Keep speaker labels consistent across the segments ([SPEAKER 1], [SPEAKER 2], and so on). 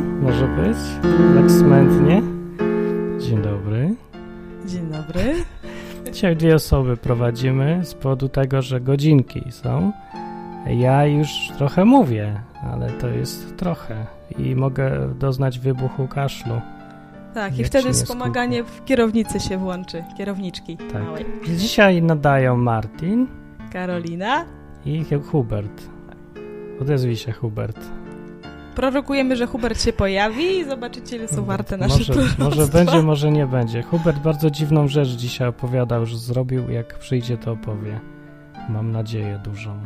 [SPEAKER 1] być? Tak smętnie. Dzień dobry.
[SPEAKER 2] Dzień dobry.
[SPEAKER 1] Dzisiaj dwie osoby prowadzimy z powodu tego, że godzinki są. Ja już trochę mówię, ale to jest trochę i mogę doznać wybuchu kaszlu.
[SPEAKER 2] Tak, i
[SPEAKER 1] Jak się
[SPEAKER 2] wtedy
[SPEAKER 1] nie
[SPEAKER 2] wspomaganie w kierownicy się włączy, kierowniczki
[SPEAKER 1] Tak.
[SPEAKER 2] małej.
[SPEAKER 1] Dzisiaj nadają Martin
[SPEAKER 2] Karolina,
[SPEAKER 1] i Hubert. Odezwij się Hubert.
[SPEAKER 2] prorokujemy, że Hubert się pojawi i zobaczycie, ile są warte nasze
[SPEAKER 1] może,
[SPEAKER 2] proroctwa.
[SPEAKER 1] może będzie, może nie będzie. Hubert bardzo dziwną rzecz dzisiaj opowiadał, że zrobił. Jak przyjdzie, to opowie. Mam nadzieję dużą.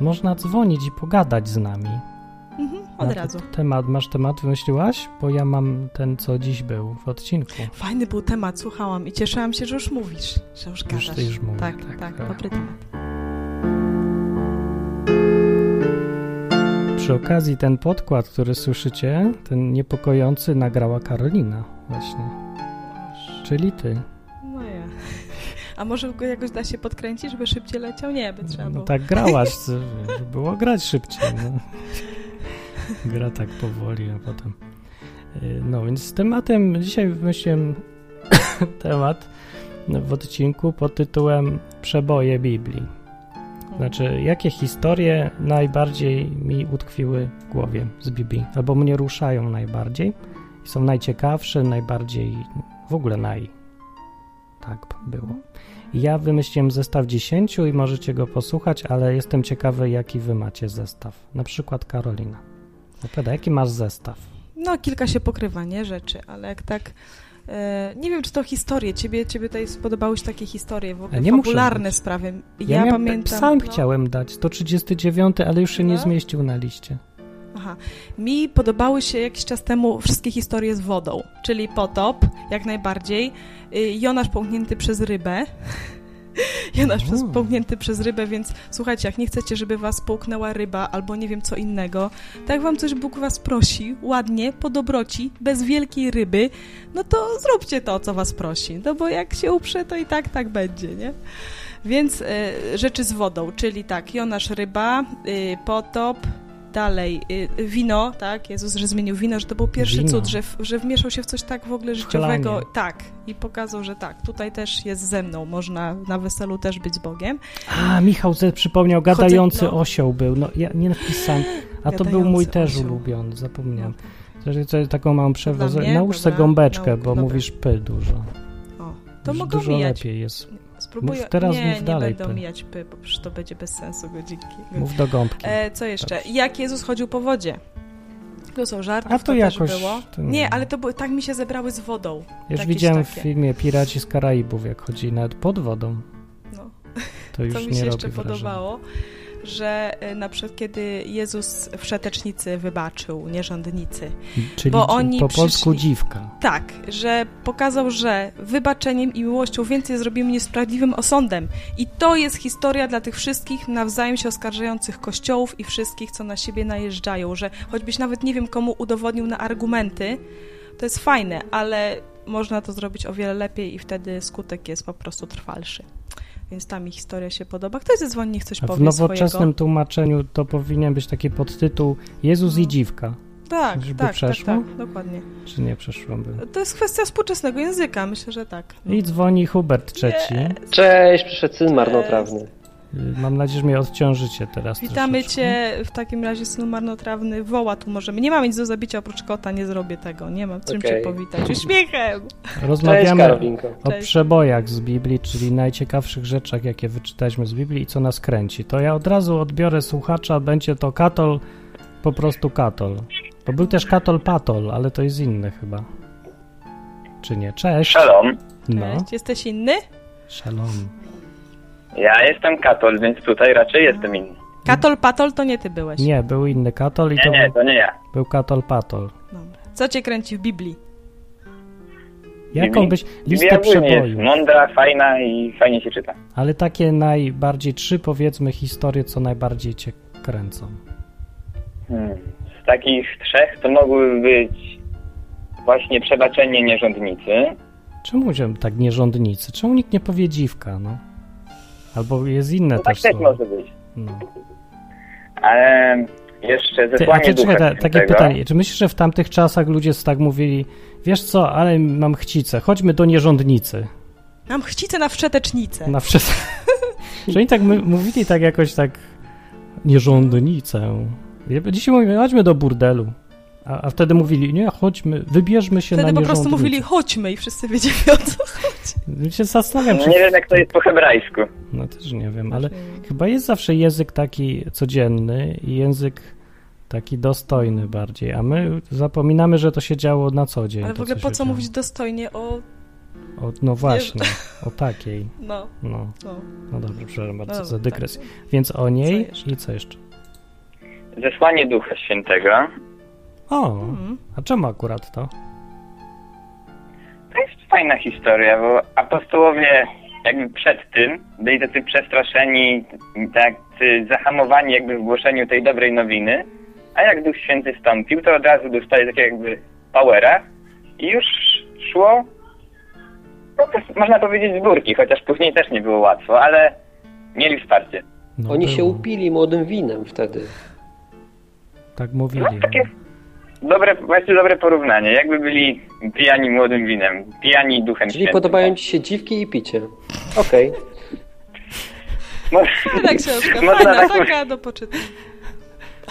[SPEAKER 1] Można dzwonić i pogadać z nami.
[SPEAKER 2] Mhm,
[SPEAKER 1] Na
[SPEAKER 2] od
[SPEAKER 1] te-
[SPEAKER 2] razu.
[SPEAKER 1] Temat, masz temat, wymyśliłaś? Bo ja mam ten, co dziś był w odcinku.
[SPEAKER 2] Fajny był temat, słuchałam i cieszyłam się, że już mówisz, że już gadasz.
[SPEAKER 1] Już ty już mówię.
[SPEAKER 2] tak, tak, tak, dobry temat.
[SPEAKER 1] Przy okazji ten podkład, który słyszycie, ten niepokojący, nagrała Karolina właśnie. Czyli ty.
[SPEAKER 2] No ja. A może go jakoś da się podkręcić, żeby szybciej leciał? Nie, by trzeba
[SPEAKER 1] No
[SPEAKER 2] było.
[SPEAKER 1] tak grałaś, co, wiesz, było grać szybciej. No. Gra tak powoli, a potem... Y, No więc tematem, dzisiaj wymyśliłem temat no, w odcinku pod tytułem Przeboje Biblii. Znaczy, jakie historie najbardziej mi utkwiły w głowie z Biblii, albo mnie ruszają najbardziej i są najciekawsze, najbardziej w ogóle naj. Tak było. Ja wymyśliłem zestaw 10 i możecie go posłuchać, ale jestem ciekawy, jaki wy macie zestaw. Na przykład Karolina. Opowiada, jaki masz zestaw?
[SPEAKER 2] No, kilka się pokrywa, nie? Rzeczy, ale jak tak... e, nie wiem, czy to historie. Ciebie, ciebie tutaj spodobały się takie historie, w ogóle
[SPEAKER 1] A nie muszą
[SPEAKER 2] fabularne
[SPEAKER 1] być.
[SPEAKER 2] sprawy.
[SPEAKER 1] Ja, miałem,
[SPEAKER 2] pamiętam...
[SPEAKER 1] Psalm
[SPEAKER 2] no.
[SPEAKER 1] chciałem dać, 139, ale już się nie
[SPEAKER 2] No.
[SPEAKER 1] zmieścił na liście.
[SPEAKER 2] Aha. Mi podobały się jakiś czas temu wszystkie historie z wodą, czyli potop, jak najbardziej, y, Jonasz połknięty przez rybę. Jonasz przez,
[SPEAKER 1] Mm.
[SPEAKER 2] połknięty przez rybę, więc słuchajcie, jak nie chcecie, żeby was połknęła ryba albo nie wiem co innego, tak jak wam coś Bóg was prosi, ładnie, po dobroci, bez wielkiej ryby, no to zróbcie to, co was prosi, no bo jak się uprze, to i tak tak będzie, nie? Więc y, rzeczy z wodą, czyli tak, Jonasz ryba, y, potop, dalej y, wino, tak? Jezus, że zmienił wino, że to był pierwszy
[SPEAKER 1] Wino.
[SPEAKER 2] cud, że, w, że wmieszał się w coś tak w ogóle
[SPEAKER 1] Wchlanie.
[SPEAKER 2] życiowego. Tak, i pokazał, że tak, tutaj też jest ze mną, można na weselu też być z Bogiem.
[SPEAKER 1] A, Michał ze przypomniał, gadający
[SPEAKER 2] Chodzę- no.
[SPEAKER 1] osioł był. No, ja nie napisałem. A to był
[SPEAKER 2] Gadający
[SPEAKER 1] mój też
[SPEAKER 2] osioł. No.
[SPEAKER 1] ulubiony, zapomniałem. Zresztą co, taką mam przewozę.
[SPEAKER 2] mnie?
[SPEAKER 1] Naucz se
[SPEAKER 2] Dobra,
[SPEAKER 1] gąbeczkę,
[SPEAKER 2] nauka,
[SPEAKER 1] bo
[SPEAKER 2] dobra.
[SPEAKER 1] mówisz py dużo.
[SPEAKER 2] O, to
[SPEAKER 1] Już
[SPEAKER 2] mogą
[SPEAKER 1] dużo
[SPEAKER 2] mijać.
[SPEAKER 1] lepiej jest.
[SPEAKER 2] Spróbuję.
[SPEAKER 1] Mów teraz,
[SPEAKER 2] nie,
[SPEAKER 1] mów
[SPEAKER 2] nie
[SPEAKER 1] dalej,
[SPEAKER 2] będą
[SPEAKER 1] Py.
[SPEAKER 2] mijać py, bo przecież to będzie bez sensu godzinki.
[SPEAKER 1] Mów do gąbki.
[SPEAKER 2] E, co jeszcze? Jak Jezus chodził po wodzie? To są żarty,
[SPEAKER 1] A to jakoś-
[SPEAKER 2] też było.
[SPEAKER 1] to nie.
[SPEAKER 2] nie, ale to były, tak mi się zebrały z wodą.
[SPEAKER 1] Już
[SPEAKER 2] jakieś
[SPEAKER 1] widziałem w
[SPEAKER 2] takie.
[SPEAKER 1] filmie Piraci z Karaibów, jak chodzi nawet pod wodą.
[SPEAKER 2] No.
[SPEAKER 1] To już
[SPEAKER 2] Co mi
[SPEAKER 1] nie
[SPEAKER 2] się
[SPEAKER 1] robi
[SPEAKER 2] jeszcze
[SPEAKER 1] wrażenia.
[SPEAKER 2] podobało, że y, na przykład kiedy Jezus w przetecznicy wybaczył nierządnicy.
[SPEAKER 1] Czyli
[SPEAKER 2] Bo oni
[SPEAKER 1] po polsku
[SPEAKER 2] przyszli-
[SPEAKER 1] dziwka.
[SPEAKER 2] Tak, że pokazał, że wybaczeniem i miłością więcej zrobimy niż sprawiedliwym osądem. I to jest historia dla tych wszystkich nawzajem się oskarżających kościołów i wszystkich, co na siebie najeżdżają, że choćbyś nawet nie wiem komu udowodnił na argumenty, to jest fajne, ale można to zrobić o wiele lepiej i wtedy skutek jest po prostu trwalszy. Więc ta mi historia się podoba. Ktoś zadzwoni, niech coś
[SPEAKER 1] A w
[SPEAKER 2] powie
[SPEAKER 1] nowoczesnym
[SPEAKER 2] swojego.
[SPEAKER 1] tłumaczeniu to powinien być taki podtytuł Jezus i dziwka.
[SPEAKER 2] No. Tak,
[SPEAKER 1] żeby
[SPEAKER 2] tak, tak,
[SPEAKER 1] przeszło?
[SPEAKER 2] tak, dokładnie.
[SPEAKER 1] Czy nie przeszłoby?
[SPEAKER 2] To jest kwestia współczesnego języka, myślę, że tak.
[SPEAKER 1] I dzwoni Hubert trzeci.
[SPEAKER 3] Cześć, przyszedł syn marnotrawny.
[SPEAKER 1] Y, Mam nadzieję, że mnie odciążycie teraz
[SPEAKER 2] Witamy
[SPEAKER 1] troszeczkę.
[SPEAKER 2] cię w takim razie synu marnotrawny. Woła tu możemy. Nie mam nic do zabicia oprócz kota, nie zrobię tego. Nie mam czym cię
[SPEAKER 3] Okej.
[SPEAKER 2] powitać. Uśmiechem!
[SPEAKER 3] Cześć
[SPEAKER 1] Rozmawiamy
[SPEAKER 3] Karolinko.
[SPEAKER 1] o
[SPEAKER 2] Cześć.
[SPEAKER 1] przebojach z Biblii, czyli najciekawszych rzeczach, jakie wyczytaliśmy z Biblii i co nas kręci. To ja od razu odbiorę słuchacza, będzie to katol, po prostu katol. Bo był też katol patol, ale to jest inny chyba. Czy nie? Cześć.
[SPEAKER 4] Shalom.
[SPEAKER 1] No,
[SPEAKER 2] Cześć. Jesteś inny?
[SPEAKER 1] szalom.
[SPEAKER 4] Ja jestem katol, więc tutaj raczej jestem inny.
[SPEAKER 2] Katol Patol to nie ty byłeś.
[SPEAKER 1] Nie, był inny katol i
[SPEAKER 4] Nie,
[SPEAKER 1] to
[SPEAKER 4] nie,
[SPEAKER 1] był,
[SPEAKER 4] to nie ja.
[SPEAKER 1] był katol patol.
[SPEAKER 2] Dobra. Co cię kręci w Biblii?
[SPEAKER 1] Jaką
[SPEAKER 4] Biblii-
[SPEAKER 1] byś listę
[SPEAKER 4] Biblia ogólnie jest
[SPEAKER 1] przeboju,
[SPEAKER 4] mądra, fajna i fajnie się czyta.
[SPEAKER 1] ale takie najbardziej trzy powiedzmy historie, co najbardziej cię kręcą.
[SPEAKER 4] Hmm. Z takich trzech to mogły być właśnie przebaczenie nierządnicy.
[SPEAKER 1] Czemu wziąłem tak nierządnicy? Czemu nikt nie powie dziwka, no? Albo jest inne
[SPEAKER 4] No tak
[SPEAKER 1] też
[SPEAKER 4] też
[SPEAKER 1] słowo.
[SPEAKER 4] może być.
[SPEAKER 1] No.
[SPEAKER 4] Ale Jeszcze
[SPEAKER 1] Ty, a
[SPEAKER 4] zesłanie
[SPEAKER 1] czy, czekaj,
[SPEAKER 4] ducha
[SPEAKER 1] ta, takie
[SPEAKER 4] Świętego.
[SPEAKER 1] pytanie. Czy myślisz, że w tamtych czasach ludzie tak mówili, wiesz co, ale mam chcicę, chodźmy do nierządnicy
[SPEAKER 2] Mam chcicę na wszetecznicę.
[SPEAKER 1] na wszystko. Czy oni tak my, mówili tak jakoś tak nierządnicę. Ja- Dzisiaj mówimy, chodźmy do burdelu. A, a wtedy mówili, nie, chodźmy, wybierzmy się
[SPEAKER 2] Wtedy
[SPEAKER 1] na
[SPEAKER 2] po prostu
[SPEAKER 1] nierządnicę.
[SPEAKER 2] mówili chodźmy i wszyscy wiedzieli o co.
[SPEAKER 1] Ja się zastanawiam,
[SPEAKER 4] No
[SPEAKER 1] czy...
[SPEAKER 4] nie wiem, jak to jest po hebrajsku.
[SPEAKER 1] No też nie wiem, ale
[SPEAKER 2] Znaczy-
[SPEAKER 1] Chyba jest zawsze język taki codzienny i język taki dostojny bardziej, a my zapominamy, że to się działo na co dzień.
[SPEAKER 2] Ale w
[SPEAKER 1] to,
[SPEAKER 2] ogóle po
[SPEAKER 1] się
[SPEAKER 2] co
[SPEAKER 1] działo.
[SPEAKER 2] mówić dostojnie o...
[SPEAKER 1] O, no właśnie, o takiej.
[SPEAKER 2] no,
[SPEAKER 1] No,
[SPEAKER 2] no.
[SPEAKER 1] no dobrze, przepraszam bardzo
[SPEAKER 2] No,
[SPEAKER 1] za
[SPEAKER 2] tak.
[SPEAKER 1] dygresję. Więc o niej
[SPEAKER 2] jeszcze?
[SPEAKER 1] i co jeszcze?
[SPEAKER 4] Zesłanie ducha świętego.
[SPEAKER 1] O,
[SPEAKER 2] Mhm.
[SPEAKER 1] a czemu akurat to?
[SPEAKER 4] To jest fajna historia, bo apostołowie jakby przed tym byli tacy przestraszeni, tak zahamowani jakby w głoszeniu tej dobrej nowiny, a jak Duch Święty wstąpił, to od razu dostali takie jakby powera i już szło, no to jest, można powiedzieć, z górki, chociaż później też nie było łatwo, ale mieli wsparcie.
[SPEAKER 1] No,
[SPEAKER 3] Oni
[SPEAKER 1] było.
[SPEAKER 3] się upili młodym winem wtedy.
[SPEAKER 1] Tak
[SPEAKER 4] No
[SPEAKER 1] mówili.
[SPEAKER 4] takie dobre, właśnie dobre porównanie, jakby byli pijani młodym winem, pijani Duchem
[SPEAKER 3] Czyli
[SPEAKER 4] Świętym.
[SPEAKER 3] podobają ci się dziwki i picie. Okej.
[SPEAKER 4] Może-
[SPEAKER 2] Fajna książka,
[SPEAKER 4] Można
[SPEAKER 2] fajna,
[SPEAKER 4] tak powiedzieć.
[SPEAKER 2] taka do poczytania.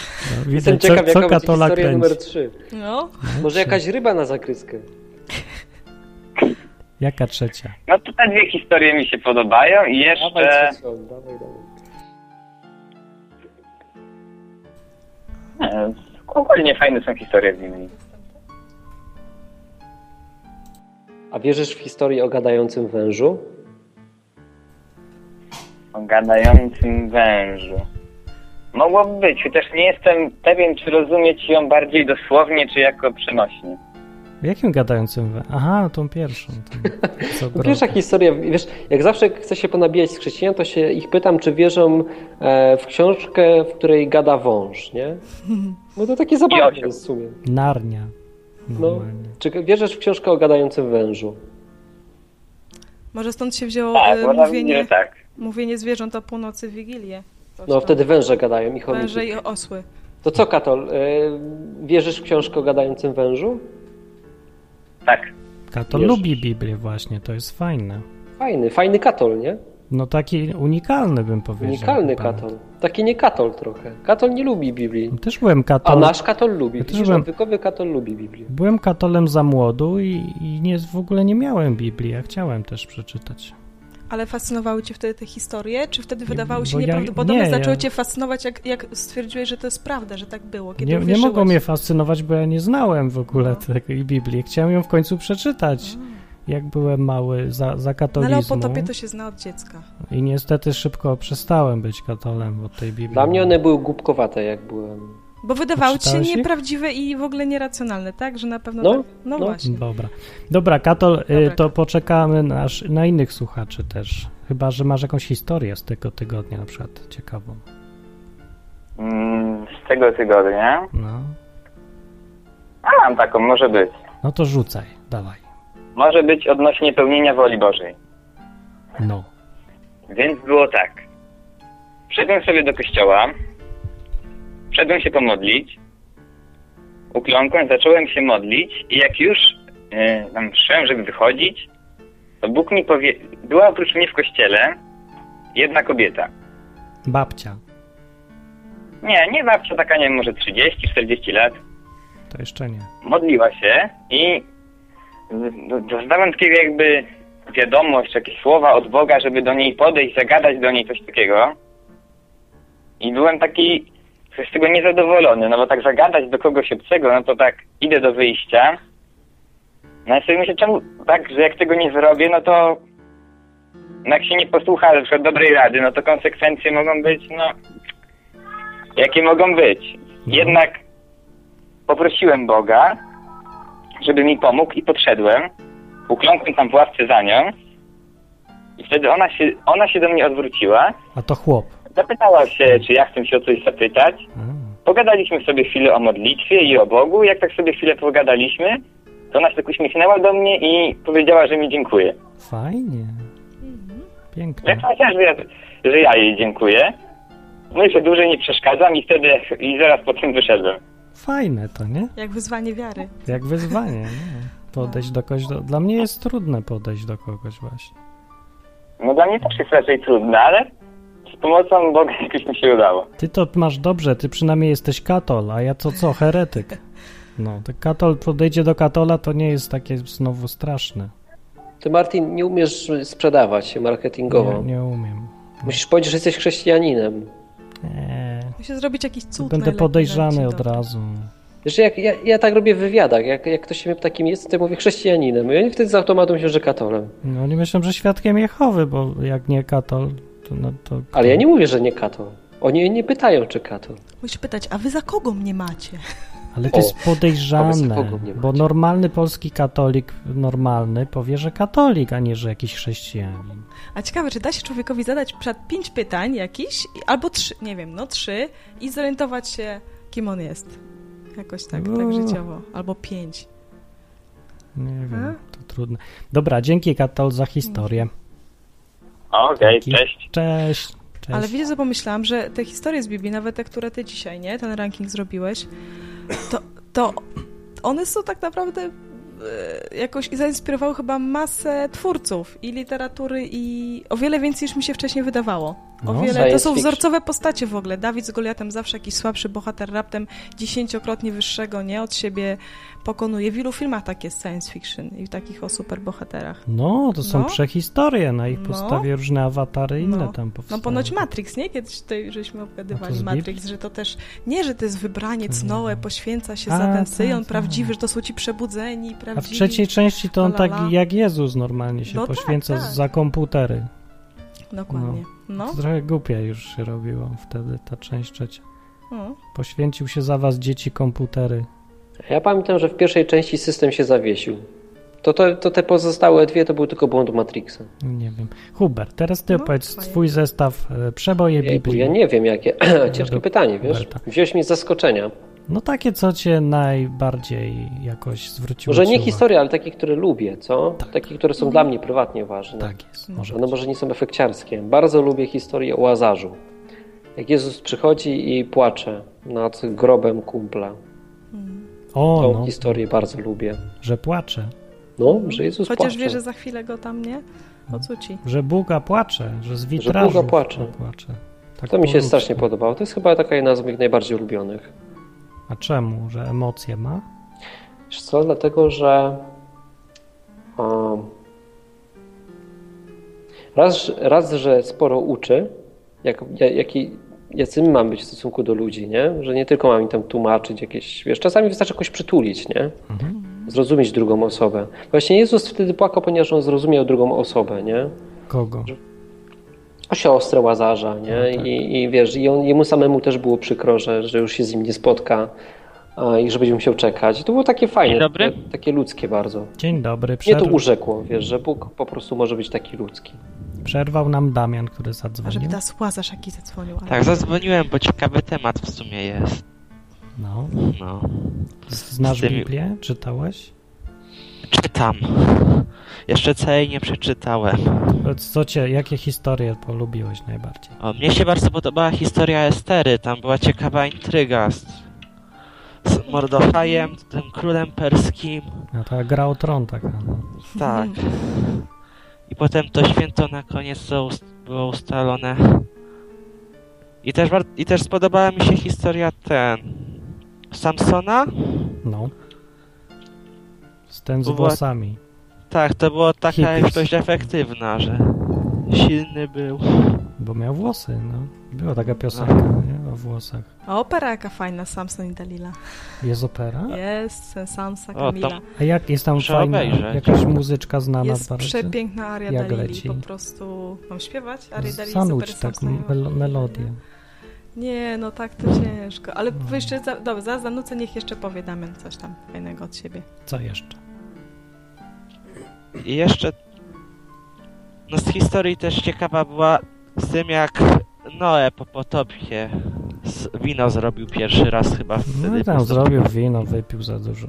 [SPEAKER 1] No,
[SPEAKER 3] Jestem
[SPEAKER 1] widzę, co,
[SPEAKER 3] ciekaw,
[SPEAKER 1] co
[SPEAKER 3] jaka będzie
[SPEAKER 1] katola
[SPEAKER 3] historia
[SPEAKER 1] kręci.
[SPEAKER 3] numer 3.
[SPEAKER 2] No,
[SPEAKER 3] Może jakaś ryba na zakryskę.
[SPEAKER 1] Jaka trzecia?
[SPEAKER 4] No to te dwie historie mi się podobają i
[SPEAKER 3] Dawaj
[SPEAKER 4] jeszcze...
[SPEAKER 3] trzecią, dawaj, dawaj.
[SPEAKER 4] Nie, Ogólnie fajne są historie z nimi.
[SPEAKER 3] A wierzysz w historię o gadającym wężu?
[SPEAKER 4] O gadającym wężu. Mogło być, chociaż nie jestem pewien, czy rozumieć ją bardziej dosłownie, czy jako przenośnie.
[SPEAKER 1] W jakim gadającym? we- Aha, tą pierwszą. Tą, co
[SPEAKER 3] No Pierwsza
[SPEAKER 1] drogę.
[SPEAKER 3] historia, wiesz, jak zawsze chcę się ponabijać z chrześcijan, to się ich pytam, czy wierzą e, w książkę, w której gada wąż, nie? Bo to takie zabawne
[SPEAKER 4] osioł.
[SPEAKER 3] jest w sumie.
[SPEAKER 1] Narnia.
[SPEAKER 3] No,
[SPEAKER 1] Normalnie.
[SPEAKER 3] czy wierzysz w książkę o gadającym wężu?
[SPEAKER 2] może stąd się wzięło
[SPEAKER 4] Tak,
[SPEAKER 2] e,
[SPEAKER 4] można powiedzieć,
[SPEAKER 2] mówienie,
[SPEAKER 4] że tak.
[SPEAKER 2] mówienie zwierząt o północy w Wigilię. Coś
[SPEAKER 3] No,
[SPEAKER 2] tam.
[SPEAKER 3] wtedy węże gadają i chomiki.
[SPEAKER 2] Węże i osły.
[SPEAKER 3] To co, Katol, e, wierzysz w książkę o gadającym wężu?
[SPEAKER 4] Tak.
[SPEAKER 1] Kato
[SPEAKER 3] Jezus.
[SPEAKER 1] lubi Biblię właśnie, to jest fajne.
[SPEAKER 3] Fajny, fajny katol, nie?
[SPEAKER 1] No taki unikalny bym powiedział.
[SPEAKER 3] Unikalny
[SPEAKER 1] chyba.
[SPEAKER 3] katol. Taki nie katol trochę. Katol nie lubi Biblii.
[SPEAKER 1] No Też byłem
[SPEAKER 3] A
[SPEAKER 1] katol...
[SPEAKER 3] nasz katol lubi.
[SPEAKER 1] Ja też
[SPEAKER 3] Widzisz,
[SPEAKER 1] byłem-
[SPEAKER 3] odwykowy katol lubi Biblię.
[SPEAKER 1] Byłem katolem za młodu i, i nie, w ogóle nie miałem Biblii, ja chciałem też przeczytać.
[SPEAKER 2] Ale fascynowały cię wtedy te historie? Czy wtedy wydawały się
[SPEAKER 1] bo ja-
[SPEAKER 2] nieprawdopodobne?
[SPEAKER 1] nie,
[SPEAKER 2] Zaczęły
[SPEAKER 1] ja-
[SPEAKER 2] cię fascynować, jak, jak stwierdziłeś, że to jest prawda, że tak było, kiedy
[SPEAKER 1] Nie, nie
[SPEAKER 2] uwierzyłeś? No.
[SPEAKER 1] mogło mnie fascynować, bo ja nie znałem w ogóle tej Biblii. Chciałem ją w końcu przeczytać, jak byłem mały, za,
[SPEAKER 2] No,
[SPEAKER 1] za
[SPEAKER 2] ale o
[SPEAKER 1] katolizmu.
[SPEAKER 2] potopie to się zna od dziecka.
[SPEAKER 1] I niestety szybko przestałem być katolem od tej Biblii.
[SPEAKER 3] Dla mnie one były głupkowate, jak byłem.
[SPEAKER 2] Bo wydawały ci się
[SPEAKER 1] Czytałeś ich?
[SPEAKER 2] nieprawdziwe i w ogóle nieracjonalne, tak? Że na pewno
[SPEAKER 3] No,
[SPEAKER 2] tak. No,
[SPEAKER 3] no.
[SPEAKER 2] właśnie.
[SPEAKER 1] Dobra. Dobra, Katol, y,
[SPEAKER 2] Dobra,
[SPEAKER 1] to
[SPEAKER 2] Katol.
[SPEAKER 1] poczekamy na, na innych słuchaczy też. Chyba, że masz jakąś historię z tego tygodnia na przykład ciekawą.
[SPEAKER 4] Mm, Z tego tygodnia.
[SPEAKER 1] No,
[SPEAKER 4] A mam taką, może być.
[SPEAKER 1] no to rzucaj, dawaj.
[SPEAKER 4] Może być odnośnie pełnienia woli Bożej.
[SPEAKER 1] No.
[SPEAKER 4] Więc było tak. Wszedłem sobie do kościoła, wszedłem się pomodlić, ukląkłem, zacząłem się modlić i jak już e, tam szedłem, żeby wychodzić, to Bóg mi powie... Była oprócz mnie w kościele jedna kobieta.
[SPEAKER 1] Babcia.
[SPEAKER 4] Nie, nie babcia, taka nie wiem, może 30-40 lat.
[SPEAKER 1] To jeszcze nie.
[SPEAKER 4] modliła się i dostała takiego jakby wiadomość, jakieś słowa od Boga, żeby do niej podejść, zagadać do niej coś takiego. I byłem taki z tego niezadowolony, no bo tak zagadać do kogoś obcego, no to tak idę do wyjścia. No i sobie myślę, czemu tak, że jak tego nie zrobię, no to no jak się nie posłucha na przykład dobrej rady, no to konsekwencje mogą być, no jakie mogą być.
[SPEAKER 1] No.
[SPEAKER 4] Jednak poprosiłem Boga, żeby mi pomógł i podszedłem. Ukląkłem tam w ławce za nią i wtedy ona się, ona się do mnie odwróciła.
[SPEAKER 1] A to chłop.
[SPEAKER 4] Zapytała się, czy ja chcę się o coś zapytać.
[SPEAKER 1] A,
[SPEAKER 4] Pogadaliśmy sobie chwilę o modlitwie i o Bogu. Jak tak sobie chwilę pogadaliśmy, to ona się tak uśmiechnęła do mnie i powiedziała, że mi dziękuję. Tak
[SPEAKER 1] fajnie. Pięknie.
[SPEAKER 4] Ja powiedziałem, że ja, że ja jej dziękuję. No i się dłużej nie przeszkadzam i wtedy, i zaraz po tym wyszedłem.
[SPEAKER 1] Fajne to, nie?
[SPEAKER 2] Jak wyzwanie wiary.
[SPEAKER 1] Jak wyzwanie. nie? Podejść do kogoś. Do... Dla mnie jest trudne podejść do kogoś właśnie.
[SPEAKER 4] No dla mnie też jest raczej trudne, ale z pomocą Boga jakoś mi się udało.
[SPEAKER 1] Ty to masz dobrze, ty przynajmniej jesteś katol, a ja co co, heretyk. No, to katol podejdzie do katola, to nie jest takie znowu straszne.
[SPEAKER 3] Ty, Martin, nie umiesz sprzedawać się marketingowo.
[SPEAKER 1] Nie, nie umiem.
[SPEAKER 3] Musisz powiedzieć, że jesteś chrześcijaninem.
[SPEAKER 1] Nie.
[SPEAKER 2] Musi zrobić jakiś E, cud.
[SPEAKER 1] Będę
[SPEAKER 2] najlepiej,
[SPEAKER 1] podejrzany
[SPEAKER 2] żeby ci to-
[SPEAKER 1] od razu.
[SPEAKER 3] Wiesz, jak, ja, ja tak robię w wywiadach. Jak, jak ktoś się mnie takim jest, to ja mówię chrześcijaninem. I oni wtedy z automatu myślą, że katolem.
[SPEAKER 1] No nie myślę, że świadkiem Jehowy, bo jak nie katol, to... No, to
[SPEAKER 3] Ale ja nie mówię, że nie katol. Oni nie pytają, czy katol.
[SPEAKER 2] Musisz pytać, a wy za kogo mnie macie?
[SPEAKER 1] Ale to
[SPEAKER 3] O,
[SPEAKER 1] jest podejrzane,
[SPEAKER 3] wobec kogo mnie macie?
[SPEAKER 1] bo normalny polski katolik, normalny, powie, że katolik, a nie, że jakiś chrześcijanin.
[SPEAKER 2] A ciekawe, czy da się człowiekowi zadać przed pięć pytań jakiś, i- albo trzy, nie wiem, no trzy i zorientować się, kim on jest. Jakoś tak, tak
[SPEAKER 1] Uuu.
[SPEAKER 2] życiowo. Albo pięć.
[SPEAKER 1] Nie wiem,
[SPEAKER 2] A?
[SPEAKER 1] to trudne. Dobra, dzięki Katol za historię.
[SPEAKER 4] Okej,
[SPEAKER 1] Dzięki.
[SPEAKER 4] cześć.
[SPEAKER 1] Cześć. Cześć.
[SPEAKER 2] Ale wiecie, co pomyślałam, że te historie z Bibi, nawet te, które ty dzisiaj, nie, ten ranking zrobiłeś, to, to one są tak naprawdę e, jakoś i zainspirowały chyba masę twórców i literatury i o wiele więcej niż mi się wcześniej wydawało. O
[SPEAKER 1] No.
[SPEAKER 2] wiele. To
[SPEAKER 3] Science
[SPEAKER 2] są
[SPEAKER 3] fiction.
[SPEAKER 2] wzorcowe postacie w ogóle. Dawid z Goliatem zawsze jakiś słabszy bohater raptem dziesięciokrotnie wyższego, nie, od siebie pokonuje. W ilu filmach tak jest science fiction i takich o superbohaterach?
[SPEAKER 1] No, to są
[SPEAKER 2] No.
[SPEAKER 1] przehistorie, na ich
[SPEAKER 2] No.
[SPEAKER 1] podstawie różne awatary i inne
[SPEAKER 2] No.
[SPEAKER 1] tam powstały.
[SPEAKER 2] No ponoć Matrix, nie? Kiedyś tutaj żeśmy
[SPEAKER 1] A to
[SPEAKER 2] obgadywali
[SPEAKER 1] z
[SPEAKER 2] Matrix,
[SPEAKER 1] Biblii?
[SPEAKER 2] że to też nie, że to jest wybraniec
[SPEAKER 1] To nie
[SPEAKER 2] Noe,
[SPEAKER 1] wiem.
[SPEAKER 2] poświęca się
[SPEAKER 1] A,
[SPEAKER 2] za ten
[SPEAKER 1] tak,
[SPEAKER 2] syjon
[SPEAKER 1] tak.
[SPEAKER 2] prawdziwy, że to są ci przebudzeni,
[SPEAKER 1] A w
[SPEAKER 2] prawdziwi.
[SPEAKER 1] trzeciej części to on
[SPEAKER 2] la, la, la.
[SPEAKER 1] tak jak Jezus normalnie się
[SPEAKER 2] No tak,
[SPEAKER 1] poświęca
[SPEAKER 2] tak.
[SPEAKER 1] za komputery.
[SPEAKER 2] Dokładnie. No.
[SPEAKER 1] To trochę głupia już się robiło wtedy ta część trzecia.
[SPEAKER 2] no.
[SPEAKER 1] Poświęcił się za was dzieci komputery.
[SPEAKER 3] Ja pamiętam, że w pierwszej części system się zawiesił. To, to, to te pozostałe dwie to był tylko błąd Matrixa.
[SPEAKER 1] Nie wiem. Hubert, teraz ty
[SPEAKER 2] No,
[SPEAKER 1] opowiedz
[SPEAKER 2] fajnie.
[SPEAKER 1] swój zestaw e, przeboje
[SPEAKER 3] Ja,
[SPEAKER 1] Biblii.
[SPEAKER 3] ja nie wiem, jakie. Ciężkie
[SPEAKER 1] Według
[SPEAKER 3] pytanie, wiesz?
[SPEAKER 1] Huberta.
[SPEAKER 3] Wziąłeś mnie z zaskoczenia.
[SPEAKER 1] No takie, co cię najbardziej jakoś zwróciło
[SPEAKER 3] Może
[SPEAKER 1] ci
[SPEAKER 3] nie
[SPEAKER 1] uwagę.
[SPEAKER 3] historie, ale takie, które lubię, co? Takie, które są dla mnie prywatnie ważne.
[SPEAKER 1] Tak jest, może
[SPEAKER 3] One może nie są efekciarskie. Bardzo lubię historię o Łazarzu. Jak Jezus przychodzi i płacze nad grobem kumpla.
[SPEAKER 1] O,
[SPEAKER 3] Tą
[SPEAKER 1] no,
[SPEAKER 3] historię bardzo lubię.
[SPEAKER 1] że płacze,
[SPEAKER 3] No, że Jezus
[SPEAKER 2] Chociaż
[SPEAKER 3] płacze.
[SPEAKER 2] wie, że za chwilę go tam, nie? Ocuci.
[SPEAKER 1] że Buga płacze, że z witrażu
[SPEAKER 3] Buga płacze.
[SPEAKER 1] płacze. Tak
[SPEAKER 3] To mi się
[SPEAKER 1] porusza.
[SPEAKER 3] strasznie podobało. To jest chyba taka jedna z moich najbardziej ulubionych.
[SPEAKER 1] A czemu? Że emocje ma?
[SPEAKER 3] Wiesz co, dlatego, że um, raz, raz, że sporo uczy, jak, ja- jaki, jacy my mamy być w stosunku do ludzi, nie? Że nie tylko mam im tam tłumaczyć jakieś, wiesz, czasami wystarczy kogoś przytulić, nie? Zrozumieć drugą osobę. Właśnie Jezus wtedy płakał, ponieważ on zrozumiał drugą osobę, nie?
[SPEAKER 1] Kogo?
[SPEAKER 3] O siostrę Łazarza, nie?
[SPEAKER 1] No tak.
[SPEAKER 3] I, I wiesz, i on, jemu samemu też było przykro, że, że już się z nim nie spotka a, i że będzie musiał czekać. I to było takie fajne,
[SPEAKER 5] Dzień dobry.
[SPEAKER 3] takie- takie ludzkie bardzo.
[SPEAKER 1] Dzień dobry,
[SPEAKER 3] Mnie to
[SPEAKER 1] przerw...
[SPEAKER 3] urzekło, wiesz, że Bóg po prostu może być taki ludzki.
[SPEAKER 1] przerwał nam Damian, który
[SPEAKER 2] A żeby
[SPEAKER 1] zadzwonił.
[SPEAKER 2] teraz Łazarz jaki zadzwonił. Ale...
[SPEAKER 5] Tak, zadzwoniłem, bo ciekawy temat w sumie jest.
[SPEAKER 1] No.
[SPEAKER 5] No.
[SPEAKER 1] Znasz
[SPEAKER 5] Z tymi-
[SPEAKER 1] Biblię? Czytałeś?
[SPEAKER 5] Czytam. Jeszcze całej nie przeczytałem.
[SPEAKER 1] Co cię, jakie historie polubiłeś najbardziej?
[SPEAKER 5] O, mnie się bardzo podobała historia Estery, tam była ciekawa intryga z, z Mordochajem, tym królem perskim.
[SPEAKER 1] No ta gra o tron taka. No.
[SPEAKER 5] Tak. I potem to święto na koniec co ust- było ustalone. I też, bar- I też spodobała mi się historia ten. Samsona?
[SPEAKER 1] no. Z ten z
[SPEAKER 5] Była-
[SPEAKER 1] włosami.
[SPEAKER 5] Tak, to było taka
[SPEAKER 1] Hippies.
[SPEAKER 5] już dość efektywna, że silny był.
[SPEAKER 1] Bo miał włosy, no. Była taka piosenka, nie? O włosach.
[SPEAKER 2] A opera jaka fajna, Samson i Dalila.
[SPEAKER 1] Jest opera?
[SPEAKER 2] Jest, Samsa
[SPEAKER 5] O,
[SPEAKER 2] Kamila.
[SPEAKER 5] tam
[SPEAKER 1] A jak jest tam
[SPEAKER 5] Muszę
[SPEAKER 1] fajna
[SPEAKER 5] obejrzeć.
[SPEAKER 1] jakaś muzyczka znana
[SPEAKER 2] Jest
[SPEAKER 1] bardzo?
[SPEAKER 2] przepiękna aria
[SPEAKER 1] Jak
[SPEAKER 2] Dalili,
[SPEAKER 1] leci?
[SPEAKER 2] po prostu... Mam śpiewać? Aria Dalili,
[SPEAKER 1] Zanudź
[SPEAKER 2] super
[SPEAKER 1] tak
[SPEAKER 2] Samson i Dalila.
[SPEAKER 1] mel- melodię.
[SPEAKER 2] Nie, no tak to ciężko. Ale
[SPEAKER 1] No.
[SPEAKER 2] wy jeszcze, za, dobra, zaraz za nocę niech jeszcze powie Damian coś tam fajnego od siebie.
[SPEAKER 1] Co jeszcze?
[SPEAKER 5] I jeszcze no z historii też ciekawa była z tym jak Noe po potopie z- wino zrobił pierwszy raz chyba wtedy.
[SPEAKER 1] No i tam
[SPEAKER 5] po-
[SPEAKER 1] zrobił wino, wypił za dużo.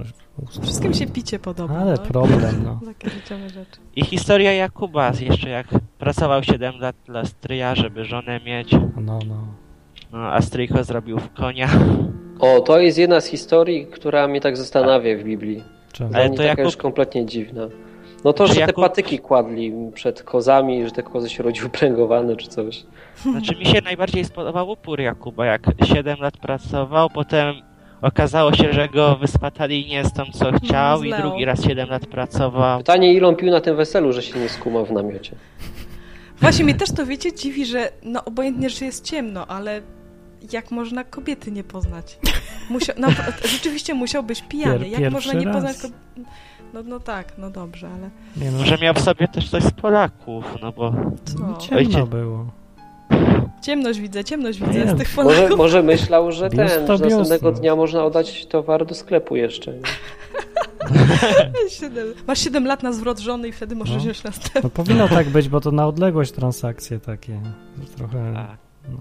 [SPEAKER 2] Wszystkim się picie podoba.
[SPEAKER 1] Ale
[SPEAKER 2] no.
[SPEAKER 1] problem, no.
[SPEAKER 2] Takie życiowe rzeczy.
[SPEAKER 5] I historia Jakuba jeszcze jak pracował 7 lat dla stryja, żeby żonę mieć.
[SPEAKER 1] No, no.
[SPEAKER 5] No, Astryjko zrobił w konia.
[SPEAKER 3] O, to jest jedna z historii, która mnie tak zastanawia w Biblii.
[SPEAKER 1] Czemu?
[SPEAKER 3] Dla
[SPEAKER 5] Ale
[SPEAKER 3] mnie
[SPEAKER 5] to
[SPEAKER 3] taka
[SPEAKER 5] Jakub-
[SPEAKER 3] już kompletnie dziwna. No to, że te
[SPEAKER 5] Jakub-
[SPEAKER 3] patyki kładli przed kozami, że te kozy się rodziły pręgowane czy coś.
[SPEAKER 5] Znaczy mi się najbardziej spodobał upór Jakuba, jak 7 lat pracował, potem okazało się, że go wyspatali nie z tą co chciał i
[SPEAKER 2] zlał.
[SPEAKER 5] drugi raz 7 lat pracował.
[SPEAKER 3] Pytanie, ile on pił na tym weselu, że się nie skumał w namiocie.
[SPEAKER 2] Właśnie mnie też to, wiecie, dziwi, że no obojętnie, że jest ciemno, ale jak można kobiety nie poznać? Musiał, no, rzeczywiście musiał być pijany.
[SPEAKER 1] Pier-
[SPEAKER 2] jak można nie
[SPEAKER 1] pierwszy
[SPEAKER 2] poznać
[SPEAKER 1] raz.
[SPEAKER 2] kobiety? No, no tak, no dobrze, ale
[SPEAKER 1] Nie no,
[SPEAKER 5] Może miał w sobie też coś z Polaków, no bo
[SPEAKER 2] co?
[SPEAKER 1] ciemno
[SPEAKER 5] Ojciec-
[SPEAKER 1] było.
[SPEAKER 2] Ciemność widzę, ciemność
[SPEAKER 1] Nie
[SPEAKER 2] widzę
[SPEAKER 1] wiem,
[SPEAKER 2] z tych
[SPEAKER 3] Może,
[SPEAKER 2] Polaków.
[SPEAKER 3] może myślał, że ten, że
[SPEAKER 1] Biusta, biusta.
[SPEAKER 3] następnego dnia można oddać towar do sklepu jeszcze. nie?
[SPEAKER 2] Siedem- Masz 7 lat na zwrot żony i wtedy możesz
[SPEAKER 1] No.
[SPEAKER 2] wziąć następny.
[SPEAKER 1] No powinno tak być, bo to na odległość transakcje takie. Trochę.
[SPEAKER 5] tak.
[SPEAKER 1] No.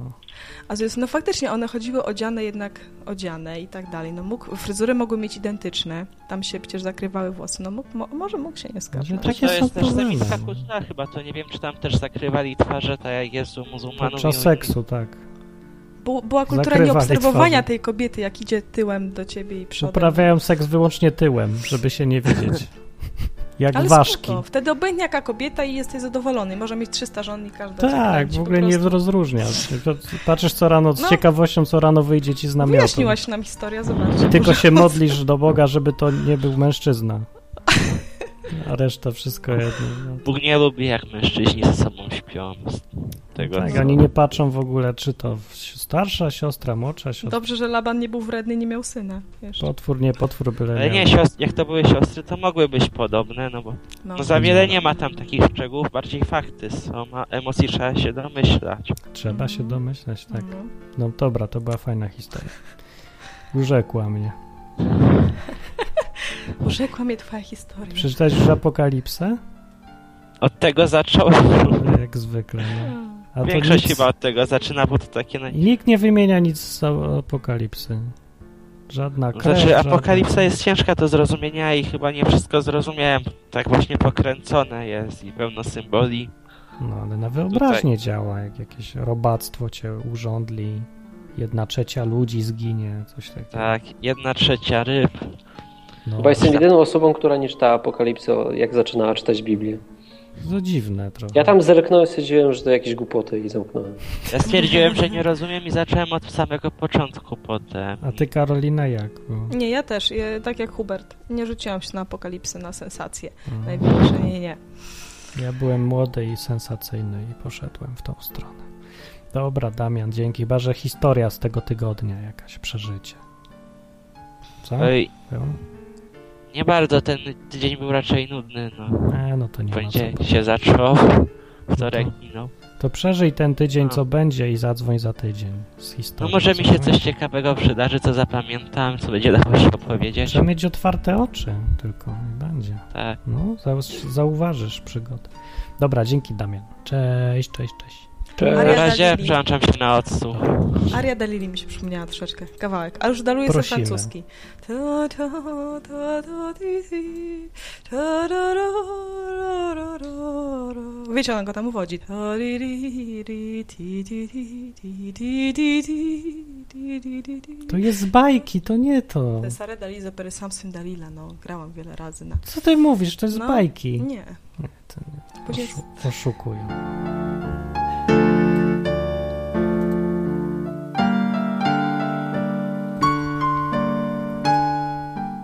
[SPEAKER 2] A to jest, no faktycznie one chodziły odziane jednak odziane i tak dalej. No mógł, fryzury mogły mieć identyczne, tam się przecież zakrywały włosy. No mógł, mo, może mógł się nie
[SPEAKER 1] Że
[SPEAKER 2] skazać.
[SPEAKER 1] tak- Takie
[SPEAKER 5] Znaczy, to
[SPEAKER 1] są
[SPEAKER 5] jest też
[SPEAKER 1] problemy.
[SPEAKER 5] zamiska kultura chyba, to nie wiem czy tam też zakrywali twarze, tak jak jest u muzułmanów.
[SPEAKER 1] Podczas
[SPEAKER 5] i u-
[SPEAKER 1] seksu, tak.
[SPEAKER 2] Bu- Była kultura
[SPEAKER 1] Zakrywali
[SPEAKER 2] nieobserwowania
[SPEAKER 1] twarze.
[SPEAKER 2] tej kobiety, jak idzie tyłem do ciebie
[SPEAKER 1] No,
[SPEAKER 2] i przodem.
[SPEAKER 1] Uprawiają seks wyłącznie tyłem, żeby się nie widzieć. Jak
[SPEAKER 2] Ale
[SPEAKER 1] ważki.
[SPEAKER 2] spoko, wtedy obojętnie jaka kobieta i jesteś zadowolony. Może mieć 300 żon i każda cię
[SPEAKER 1] Tak,
[SPEAKER 2] kręci
[SPEAKER 1] w
[SPEAKER 2] po
[SPEAKER 1] ogóle nie
[SPEAKER 2] prostu.
[SPEAKER 1] rozróżniasz. Tylko Patrzysz co rano, z
[SPEAKER 2] No.
[SPEAKER 1] ciekawością co rano wyjdzie ci z namiotu.
[SPEAKER 2] Wyjaśniła się nam historia, zobaczcie.
[SPEAKER 1] I tylko się modlisz do Boga, żeby to nie był mężczyzna. A reszta wszystko jedno. No.
[SPEAKER 5] Bóg nie lubi jak mężczyźni ze sobą śpią. Z tego
[SPEAKER 1] Tak,
[SPEAKER 5] co-
[SPEAKER 1] oni nie patrzą w ogóle, czy to starsza siostra, młodsza siostra,
[SPEAKER 2] Dobrze, że Laban nie był wredny i nie miał syna. Wiesz.
[SPEAKER 1] potwór, nie potwór, byle
[SPEAKER 5] Ale nie,
[SPEAKER 1] miał.
[SPEAKER 5] siostry, jak to były siostry, to mogły być podobne, no bo
[SPEAKER 2] No.
[SPEAKER 5] no za wiele nie ma tam takich szczegółów, bardziej fakty są, a emocji trzeba się domyślać.
[SPEAKER 1] Trzeba się domyślać, tak.
[SPEAKER 2] No.
[SPEAKER 1] No dobra, to była fajna historia. Urzekła mnie.
[SPEAKER 2] Urzekła mnie twoja historia.
[SPEAKER 1] Przeczytać już Apokalipsę?
[SPEAKER 5] Od tego zacząłem.
[SPEAKER 1] Jak zwykle. No. A to
[SPEAKER 5] Większość
[SPEAKER 1] nic-
[SPEAKER 5] chyba od tego zaczyna, bo to takie naj...
[SPEAKER 1] Nikt nie wymienia nic z Apokalipsy. Żadna krew,
[SPEAKER 5] Znaczy,
[SPEAKER 1] żadna-
[SPEAKER 5] apokalipsa jest ciężka do zrozumienia i chyba nie wszystko zrozumiałem. Tak właśnie pokręcone jest i pełno symboli.
[SPEAKER 1] No, ale na wyobraźnię działa, jak jakieś robactwo cię urządli, jedna trzecia ludzi zginie, coś takiego.
[SPEAKER 5] Tak, jedna trzecia ryb.
[SPEAKER 1] No,
[SPEAKER 3] Chyba jestem jedyną osobą, która nie czytała Apokalipsy, jak zaczynała czytać Biblię.
[SPEAKER 1] to dziwne trochę.
[SPEAKER 3] Ja tam zerknąłem, stwierdziłem, że to jakieś głupoty i zamknąłem.
[SPEAKER 5] Ja stwierdziłem, że nie rozumiem i zacząłem od samego początku potem.
[SPEAKER 1] A ty Karolina jak? Bo...
[SPEAKER 2] Nie, ja też, e, tak jak Hubert. Nie rzuciłam się na apokalipsy, na sensację.
[SPEAKER 1] Mm.
[SPEAKER 2] Największe, nie, nie.
[SPEAKER 1] Ja byłem młody i sensacyjny i poszedłem w tą stronę. Dobra, Damian, dzięki. Chyba, że historia z tego tygodnia jakaś, przeżycie. Co?
[SPEAKER 5] Oj,
[SPEAKER 1] Było?
[SPEAKER 5] nie bardzo, ten tydzień był raczej nudny, no.
[SPEAKER 1] E, no to nie ma co. No
[SPEAKER 5] Poniedziałek się zaczął, wtorek no. minął.
[SPEAKER 1] To przeżyj ten tydzień,
[SPEAKER 5] No.
[SPEAKER 1] co będzie i zadzwoń za tydzień z
[SPEAKER 5] No
[SPEAKER 1] historią.
[SPEAKER 5] może mi się
[SPEAKER 1] co?
[SPEAKER 5] coś ciekawego przydarzy, co zapamiętam, co będzie dało się opowiedzieć.
[SPEAKER 1] Trzeba mieć otwarte oczy tylko i będzie.
[SPEAKER 5] Tak.
[SPEAKER 1] No, zau- zauważysz przygody. Dobra, dzięki Damian. Cześć, cześć, cześć.
[SPEAKER 5] Na
[SPEAKER 2] Maria
[SPEAKER 5] razie
[SPEAKER 2] Dalili.
[SPEAKER 5] przełączam się na odsłuch.
[SPEAKER 2] Aria Dalili mi się przypomniała troszeczkę, kawałek, a już daluję sobie
[SPEAKER 1] Prosimy.
[SPEAKER 2] francuski. Ta, ta, ta, ta, ti, ti. Ta, ra, ra, ra, ra, ra, ra. Wiecie, ona go tam uwodzi. Ta, ri, ri, ri, ti, ti, ti, ti, ti, ti, ti, ti, ti, ti, ti.
[SPEAKER 1] To jest z bajki, to nie to.
[SPEAKER 2] To jest Aria Dalili z opery Samson Dalila, no, grałam wiele razy na...
[SPEAKER 1] Co ty mówisz? To jest z
[SPEAKER 2] No,
[SPEAKER 1] bajki.
[SPEAKER 2] Nie.
[SPEAKER 1] to
[SPEAKER 2] Później jest
[SPEAKER 1] Oszu- Oszukują.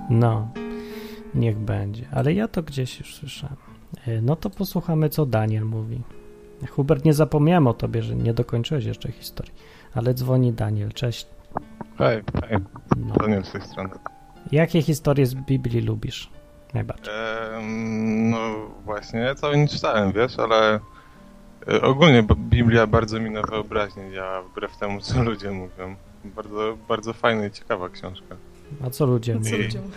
[SPEAKER 1] No, niech będzie. Ale ja to gdzieś już słyszałem. E, No to posłuchamy, co Daniel mówi. Hubert, nie zapomniałem o tobie, że nie dokończyłeś jeszcze historii. Ale dzwoni Daniel, cześć.
[SPEAKER 6] Hej, hej,
[SPEAKER 1] No.
[SPEAKER 6] Daniel z tej strony.
[SPEAKER 1] Jakie historie z Biblii lubisz najbardziej?
[SPEAKER 6] Em, no właśnie, ja cały nie czytałem, wiesz, ale e, ogólnie b- Biblia bardzo mi na wyobraźnię działa, wbrew temu, co ludzie mówią. Bardzo, bardzo fajna i ciekawa książka.
[SPEAKER 1] A co ludzie
[SPEAKER 2] No co
[SPEAKER 1] mówią?
[SPEAKER 2] ludzie mówią.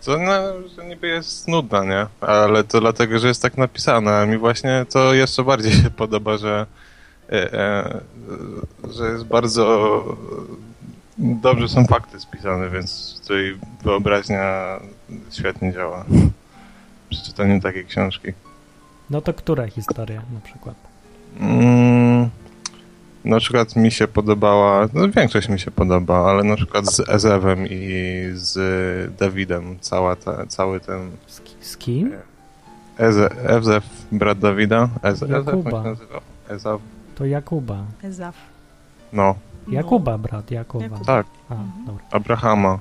[SPEAKER 6] Co no, że niby jest nudna, nie? Ale to dlatego, że jest tak napisane. A mi właśnie to jeszcze bardziej się podoba, że, e, e, że jest bardzo. Dobrze są fakty spisane, więc tutaj wyobraźnia świetnie działa przy czytaniu takiej książki.
[SPEAKER 1] No to która historia na przykład?
[SPEAKER 6] Mm, Na przykład mi się podobała, no większość mi się podoba, ale na przykład z Ezewem i z Dawidem, cała ta, cały ten
[SPEAKER 1] Z, ki- z kim?
[SPEAKER 6] E, Eze, Ezef, brat Dawida, Eze, Ezef on
[SPEAKER 1] Jakuba.
[SPEAKER 6] się tak nazywał? Ezaf,
[SPEAKER 1] To Jakuba.
[SPEAKER 2] Ezaf.
[SPEAKER 6] no,
[SPEAKER 2] No.
[SPEAKER 1] Jakuba, brat Jakuba.
[SPEAKER 2] Jakub.
[SPEAKER 6] tak,
[SPEAKER 1] A, dobra.
[SPEAKER 6] Abrahama,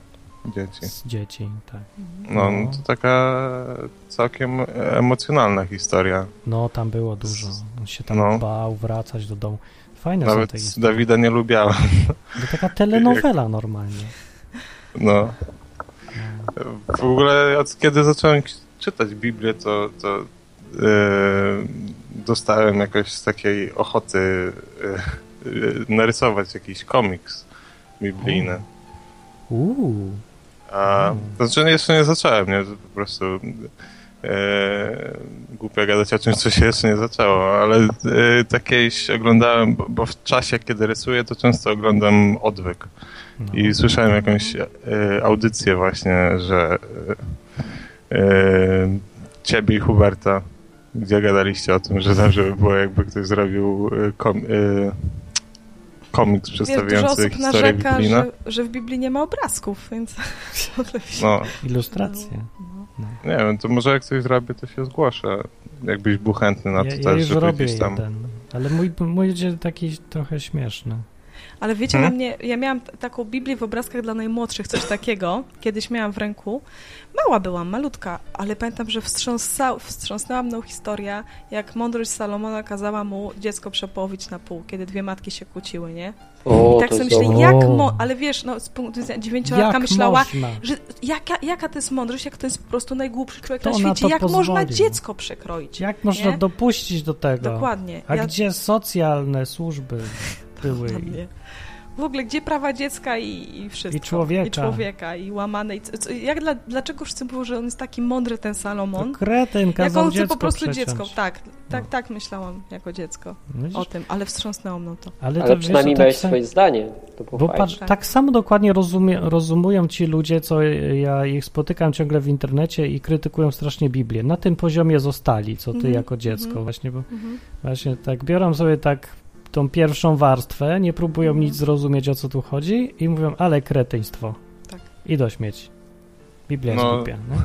[SPEAKER 6] dzieci.
[SPEAKER 1] Z dzieci, tak.
[SPEAKER 6] No,
[SPEAKER 1] No.
[SPEAKER 6] to taka całkiem emocjonalna historia.
[SPEAKER 1] No, tam było dużo. On się tam
[SPEAKER 6] No.
[SPEAKER 1] bał wracać do domu. Fajne są te
[SPEAKER 6] Nawet
[SPEAKER 1] historie.
[SPEAKER 6] Dawida nie lubiałem.
[SPEAKER 1] To taka telenowela normalnie.
[SPEAKER 6] No. W ogóle od kiedy zacząłem k- czytać Biblię, to, to e, y, dostałem jakoś z takiej ochoty e, e, narysować jakiś komiks biblijny.
[SPEAKER 1] Uuu.
[SPEAKER 6] A,
[SPEAKER 1] Mm.
[SPEAKER 6] to znaczy jeszcze nie zacząłem, nie? Po prostu e, głupio gadać o czymś, co się jeszcze nie zaczęło, ale e, takiejś oglądałem, bo, bo w czasie, kiedy rysuję, to często oglądam odwyk.
[SPEAKER 1] No.
[SPEAKER 6] I słyszałem jakąś e, audycję właśnie, że e, e, ciebie i Huberta, gdzie gadaliście o tym, że dobrze by było, jakby ktoś zrobił e, kom, e, komiks
[SPEAKER 2] Wiesz, dużo
[SPEAKER 6] przedstawiający
[SPEAKER 2] osób
[SPEAKER 6] historię
[SPEAKER 2] narzeka,
[SPEAKER 6] Biblina.
[SPEAKER 2] że, że w Biblii nie ma obrazków, więc ciągle się...
[SPEAKER 6] No,
[SPEAKER 1] Ilustracje.
[SPEAKER 2] No.
[SPEAKER 6] nie wiem, to może jak coś zrobię, to się zgłoszę. Jakbyś był chętny na No, to
[SPEAKER 1] ja, ja
[SPEAKER 6] też,
[SPEAKER 1] już
[SPEAKER 6] żeby
[SPEAKER 1] robię
[SPEAKER 6] gdzieś tam...
[SPEAKER 1] jeden. Ale mój, mój będzie taki trochę śmieszny.
[SPEAKER 2] Ale wiecie,
[SPEAKER 6] Mhm.
[SPEAKER 2] na mnie, ja miałam t- taką Biblię w obrazkach dla najmłodszych, coś takiego, kiedyś miałam w ręku. Mała byłam, malutka, ale pamiętam, że wstrząsa, wstrząsnęła mną historia, jak mądrość Salomona kazała mu dziecko przepołowić na pół, kiedy dwie matki się kłóciły, nie?
[SPEAKER 3] O,
[SPEAKER 2] I tak
[SPEAKER 3] to
[SPEAKER 2] sobie
[SPEAKER 3] jest
[SPEAKER 2] myślę,
[SPEAKER 3] dobre.
[SPEAKER 2] jak
[SPEAKER 1] O.
[SPEAKER 2] mo... Ale wiesz, no, z punktu widzenia dziewięciolatka myślała,
[SPEAKER 1] można?
[SPEAKER 2] że jaka, jaka to jest mądrość, jak to jest po prostu najgłupszy człowiek
[SPEAKER 1] Kto
[SPEAKER 2] na
[SPEAKER 1] na
[SPEAKER 2] świecie,
[SPEAKER 1] to
[SPEAKER 2] jak można
[SPEAKER 1] pozwolił?
[SPEAKER 2] dziecko przekroić.
[SPEAKER 1] Jak można
[SPEAKER 2] Nie?
[SPEAKER 1] dopuścić do tego?
[SPEAKER 2] Dokładnie.
[SPEAKER 1] A
[SPEAKER 2] Ja-
[SPEAKER 1] gdzie socjalne służby były?
[SPEAKER 2] Dla mnie. W ogóle, gdzie prawa dziecka i, i wszystko.
[SPEAKER 1] I człowieka.
[SPEAKER 2] I człowieka, i łamane. I co, co- jak dla, dlaczego wszyscy mówią, że on jest taki mądry, ten
[SPEAKER 1] To
[SPEAKER 2] Salomon?
[SPEAKER 1] kretyn
[SPEAKER 2] Jak
[SPEAKER 1] kazał
[SPEAKER 2] on chce
[SPEAKER 1] dziecko
[SPEAKER 2] po prostu
[SPEAKER 1] przeciąć.
[SPEAKER 2] dziecko. Tak, tak,
[SPEAKER 1] No.
[SPEAKER 2] tak myślałam jako dziecko
[SPEAKER 1] No widzisz?
[SPEAKER 2] o tym, ale wstrząsnęło mną to.
[SPEAKER 1] Ale, to
[SPEAKER 3] Ale
[SPEAKER 1] wiesz,
[SPEAKER 3] przynajmniej
[SPEAKER 1] to tak
[SPEAKER 3] miałeś
[SPEAKER 1] sam-
[SPEAKER 3] swoje zdanie. To było
[SPEAKER 1] Bo
[SPEAKER 3] fajne.
[SPEAKER 1] patrz, tak samo dokładnie rozumie, rozumują ci ludzie, co ja ich spotykam ciągle w internecie i krytykują strasznie Biblię. Na tym poziomie zostali, co ty
[SPEAKER 2] Mhm,
[SPEAKER 1] jako dziecko
[SPEAKER 2] mhm.
[SPEAKER 1] właśnie, bo
[SPEAKER 2] Mhm.
[SPEAKER 1] właśnie tak biorą sobie tak tą pierwszą warstwę, nie próbują
[SPEAKER 2] Mhm.
[SPEAKER 1] nic zrozumieć, o co tu chodzi i mówią, ale kretyństwo.
[SPEAKER 2] Tak.
[SPEAKER 1] I do śmieci. Biblia jest
[SPEAKER 6] No.
[SPEAKER 1] głupia. No.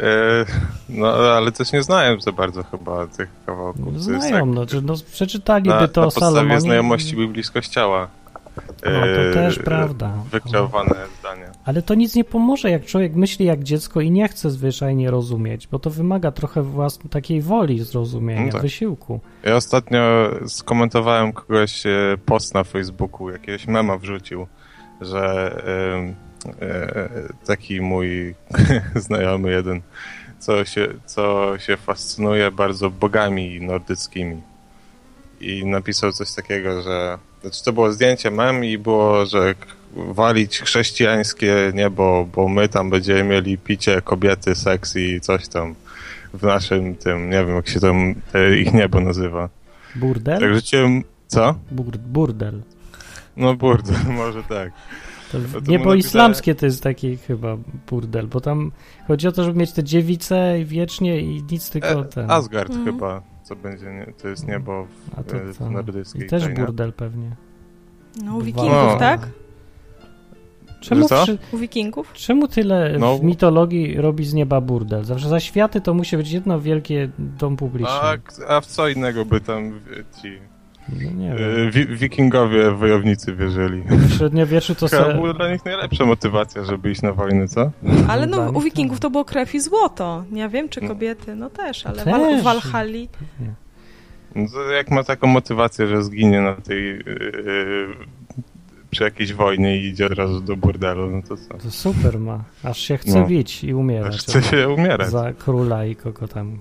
[SPEAKER 6] E, no, ale też nie znałem za bardzo chyba tych kawałków. To
[SPEAKER 1] No,
[SPEAKER 6] jest tak.
[SPEAKER 1] Znają, no, czy- no przeczytaliby
[SPEAKER 6] na,
[SPEAKER 1] to
[SPEAKER 6] na podstawie
[SPEAKER 1] Salomoni.
[SPEAKER 6] znajomości Biblii z Kościoła.
[SPEAKER 1] No, to
[SPEAKER 6] e,
[SPEAKER 1] też prawda.
[SPEAKER 6] Wykreowane zdanie.
[SPEAKER 1] Ale to nic nie pomoże, jak człowiek myśli jak dziecko i nie chce zwyczajnie rozumieć, bo to wymaga trochę własnej takiej woli zrozumienia,
[SPEAKER 6] No tak.
[SPEAKER 1] wysiłku.
[SPEAKER 6] Ja ostatnio skomentowałem kogoś e, post na Facebooku, jakiegoś mema wrzucił, że e, e, taki mój znajomy jeden, co się, co się fascynuje bardzo bogami nordyckimi. I napisał coś takiego, że znaczy to było zdjęcie mem i było, że k- walić chrześcijańskie niebo, bo my tam będziemy mieli picie, kobiety, seks i coś tam w naszym tym, nie wiem jak się tam e, ich niebo nazywa. Tak
[SPEAKER 1] Burdel?
[SPEAKER 6] rzuciłem, co?
[SPEAKER 1] Bur, burdel.
[SPEAKER 6] No burdel, może tak. to
[SPEAKER 1] To
[SPEAKER 6] mu
[SPEAKER 1] niebo
[SPEAKER 6] napisałem-
[SPEAKER 1] islamskie to jest taki chyba burdel, bo tam chodzi o to, żeby mieć te dziewice i wiecznie i nic tylko
[SPEAKER 6] E,
[SPEAKER 1] ten.
[SPEAKER 6] Asgard
[SPEAKER 2] Mhm.
[SPEAKER 6] chyba, co będzie, nie, to jest niebo w,
[SPEAKER 1] A to
[SPEAKER 6] e, w
[SPEAKER 1] co?
[SPEAKER 6] nordyckiej.
[SPEAKER 1] I też
[SPEAKER 6] tej, nie?
[SPEAKER 1] burdel pewnie.
[SPEAKER 2] No, u
[SPEAKER 1] Dwa.
[SPEAKER 2] wikingów,
[SPEAKER 6] No.
[SPEAKER 2] tak?
[SPEAKER 1] Czemu,
[SPEAKER 6] co?
[SPEAKER 1] wszy-
[SPEAKER 2] U wikingów?
[SPEAKER 1] czemu tyle
[SPEAKER 6] No.
[SPEAKER 1] w mitologii robi z nieba burdel? Zawsze za światy to musi być jedno wielkie dom publiczny.
[SPEAKER 6] A, a w co innego tak, by tam e, ci
[SPEAKER 1] No nie wiem.
[SPEAKER 6] e, wi wikingowie, wojownicy wierzyli?
[SPEAKER 1] W średniowieczu to
[SPEAKER 6] Chyba
[SPEAKER 1] se...
[SPEAKER 6] była dla nich najlepsza motywacja, żeby iść na wojnę, co?
[SPEAKER 2] Ale no,
[SPEAKER 1] Dla
[SPEAKER 2] u
[SPEAKER 1] nich
[SPEAKER 2] wikingów
[SPEAKER 1] tak.
[SPEAKER 2] to było krew i złoto. Ja wiem, czy
[SPEAKER 6] No.
[SPEAKER 2] kobiety, no też, ale
[SPEAKER 1] Też.
[SPEAKER 2] wal- w Walhali
[SPEAKER 6] No to jak ma taką motywację, że zginie na tej... e, e, przy jakiejś wojnie i idzie od razu do burdelu, no to co?
[SPEAKER 1] To super ma. Aż się chce
[SPEAKER 6] No.
[SPEAKER 1] bić i umierać.
[SPEAKER 6] Chce się umierać.
[SPEAKER 1] Za króla i kogo tam.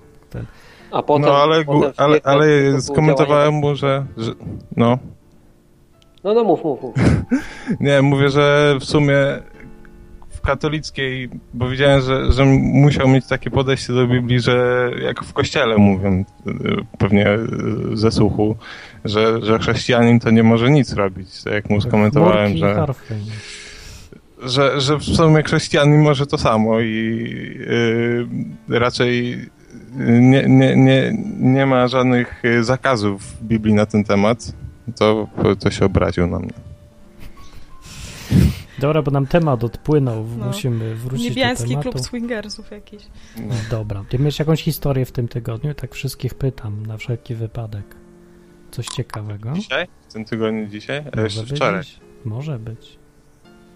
[SPEAKER 3] A potem,
[SPEAKER 6] no ale,
[SPEAKER 3] potem
[SPEAKER 6] gu- ale,
[SPEAKER 3] wbiegł- to było
[SPEAKER 6] ale
[SPEAKER 3] działanie-
[SPEAKER 6] skomentowałem mu, że, że. No.
[SPEAKER 3] No, no mów, mów, mów.
[SPEAKER 6] Nie, mówię, że w sumie w katolickiej, bo widziałem, że, że musiał mieć takie podejście do Biblii, że jak w kościele mówią, y, pewnie y, ze słuchu, że, że chrześcijanin to nie może nic robić. Tak jak mu skomentowałem,
[SPEAKER 1] Murki i
[SPEAKER 6] że,
[SPEAKER 1] harfy.
[SPEAKER 6] że, że w sumie chrześcijanin może to samo i y, raczej y, nie, nie, nie, nie ma żadnych y, zakazów w Biblii na ten temat. to, to się obraził na mnie.
[SPEAKER 1] Dobra, bo nam temat odpłynął,
[SPEAKER 2] No.
[SPEAKER 1] musimy wrócić do
[SPEAKER 2] Niebiański
[SPEAKER 1] tematu. No
[SPEAKER 2] klub swingersów jakiś.
[SPEAKER 1] Dobra, ty miałeś jakąś historię w tym tygodniu? Tak wszystkich pytam, na wszelki wypadek. Coś ciekawego?
[SPEAKER 6] Dzisiaj? W tym tygodniu dzisiaj? A
[SPEAKER 1] Może
[SPEAKER 6] jeszcze
[SPEAKER 1] być?
[SPEAKER 6] wczoraj.
[SPEAKER 1] Może być.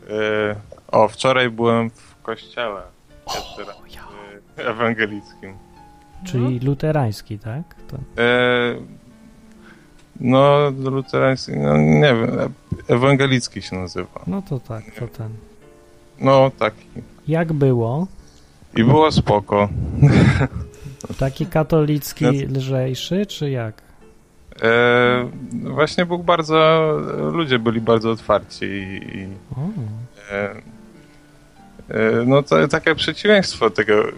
[SPEAKER 6] E, o, wczoraj byłem w kościele. Jeszcze raz. e, Ewangelickim.
[SPEAKER 2] No.
[SPEAKER 1] Czyli luterański, tak? To...
[SPEAKER 6] E, no, luterański, no nie wiem, e- ewangelicki się nazywa.
[SPEAKER 1] No to tak, to ten.
[SPEAKER 6] No, taki.
[SPEAKER 1] Jak było?
[SPEAKER 6] I było spoko.
[SPEAKER 1] Taki katolicki
[SPEAKER 6] Ja-
[SPEAKER 1] lżejszy, czy jak?
[SPEAKER 6] E, właśnie Bóg bardzo, ludzie byli bardzo otwarci i, i
[SPEAKER 1] O,
[SPEAKER 6] e, e, no to takie przeciwieństwo tego e,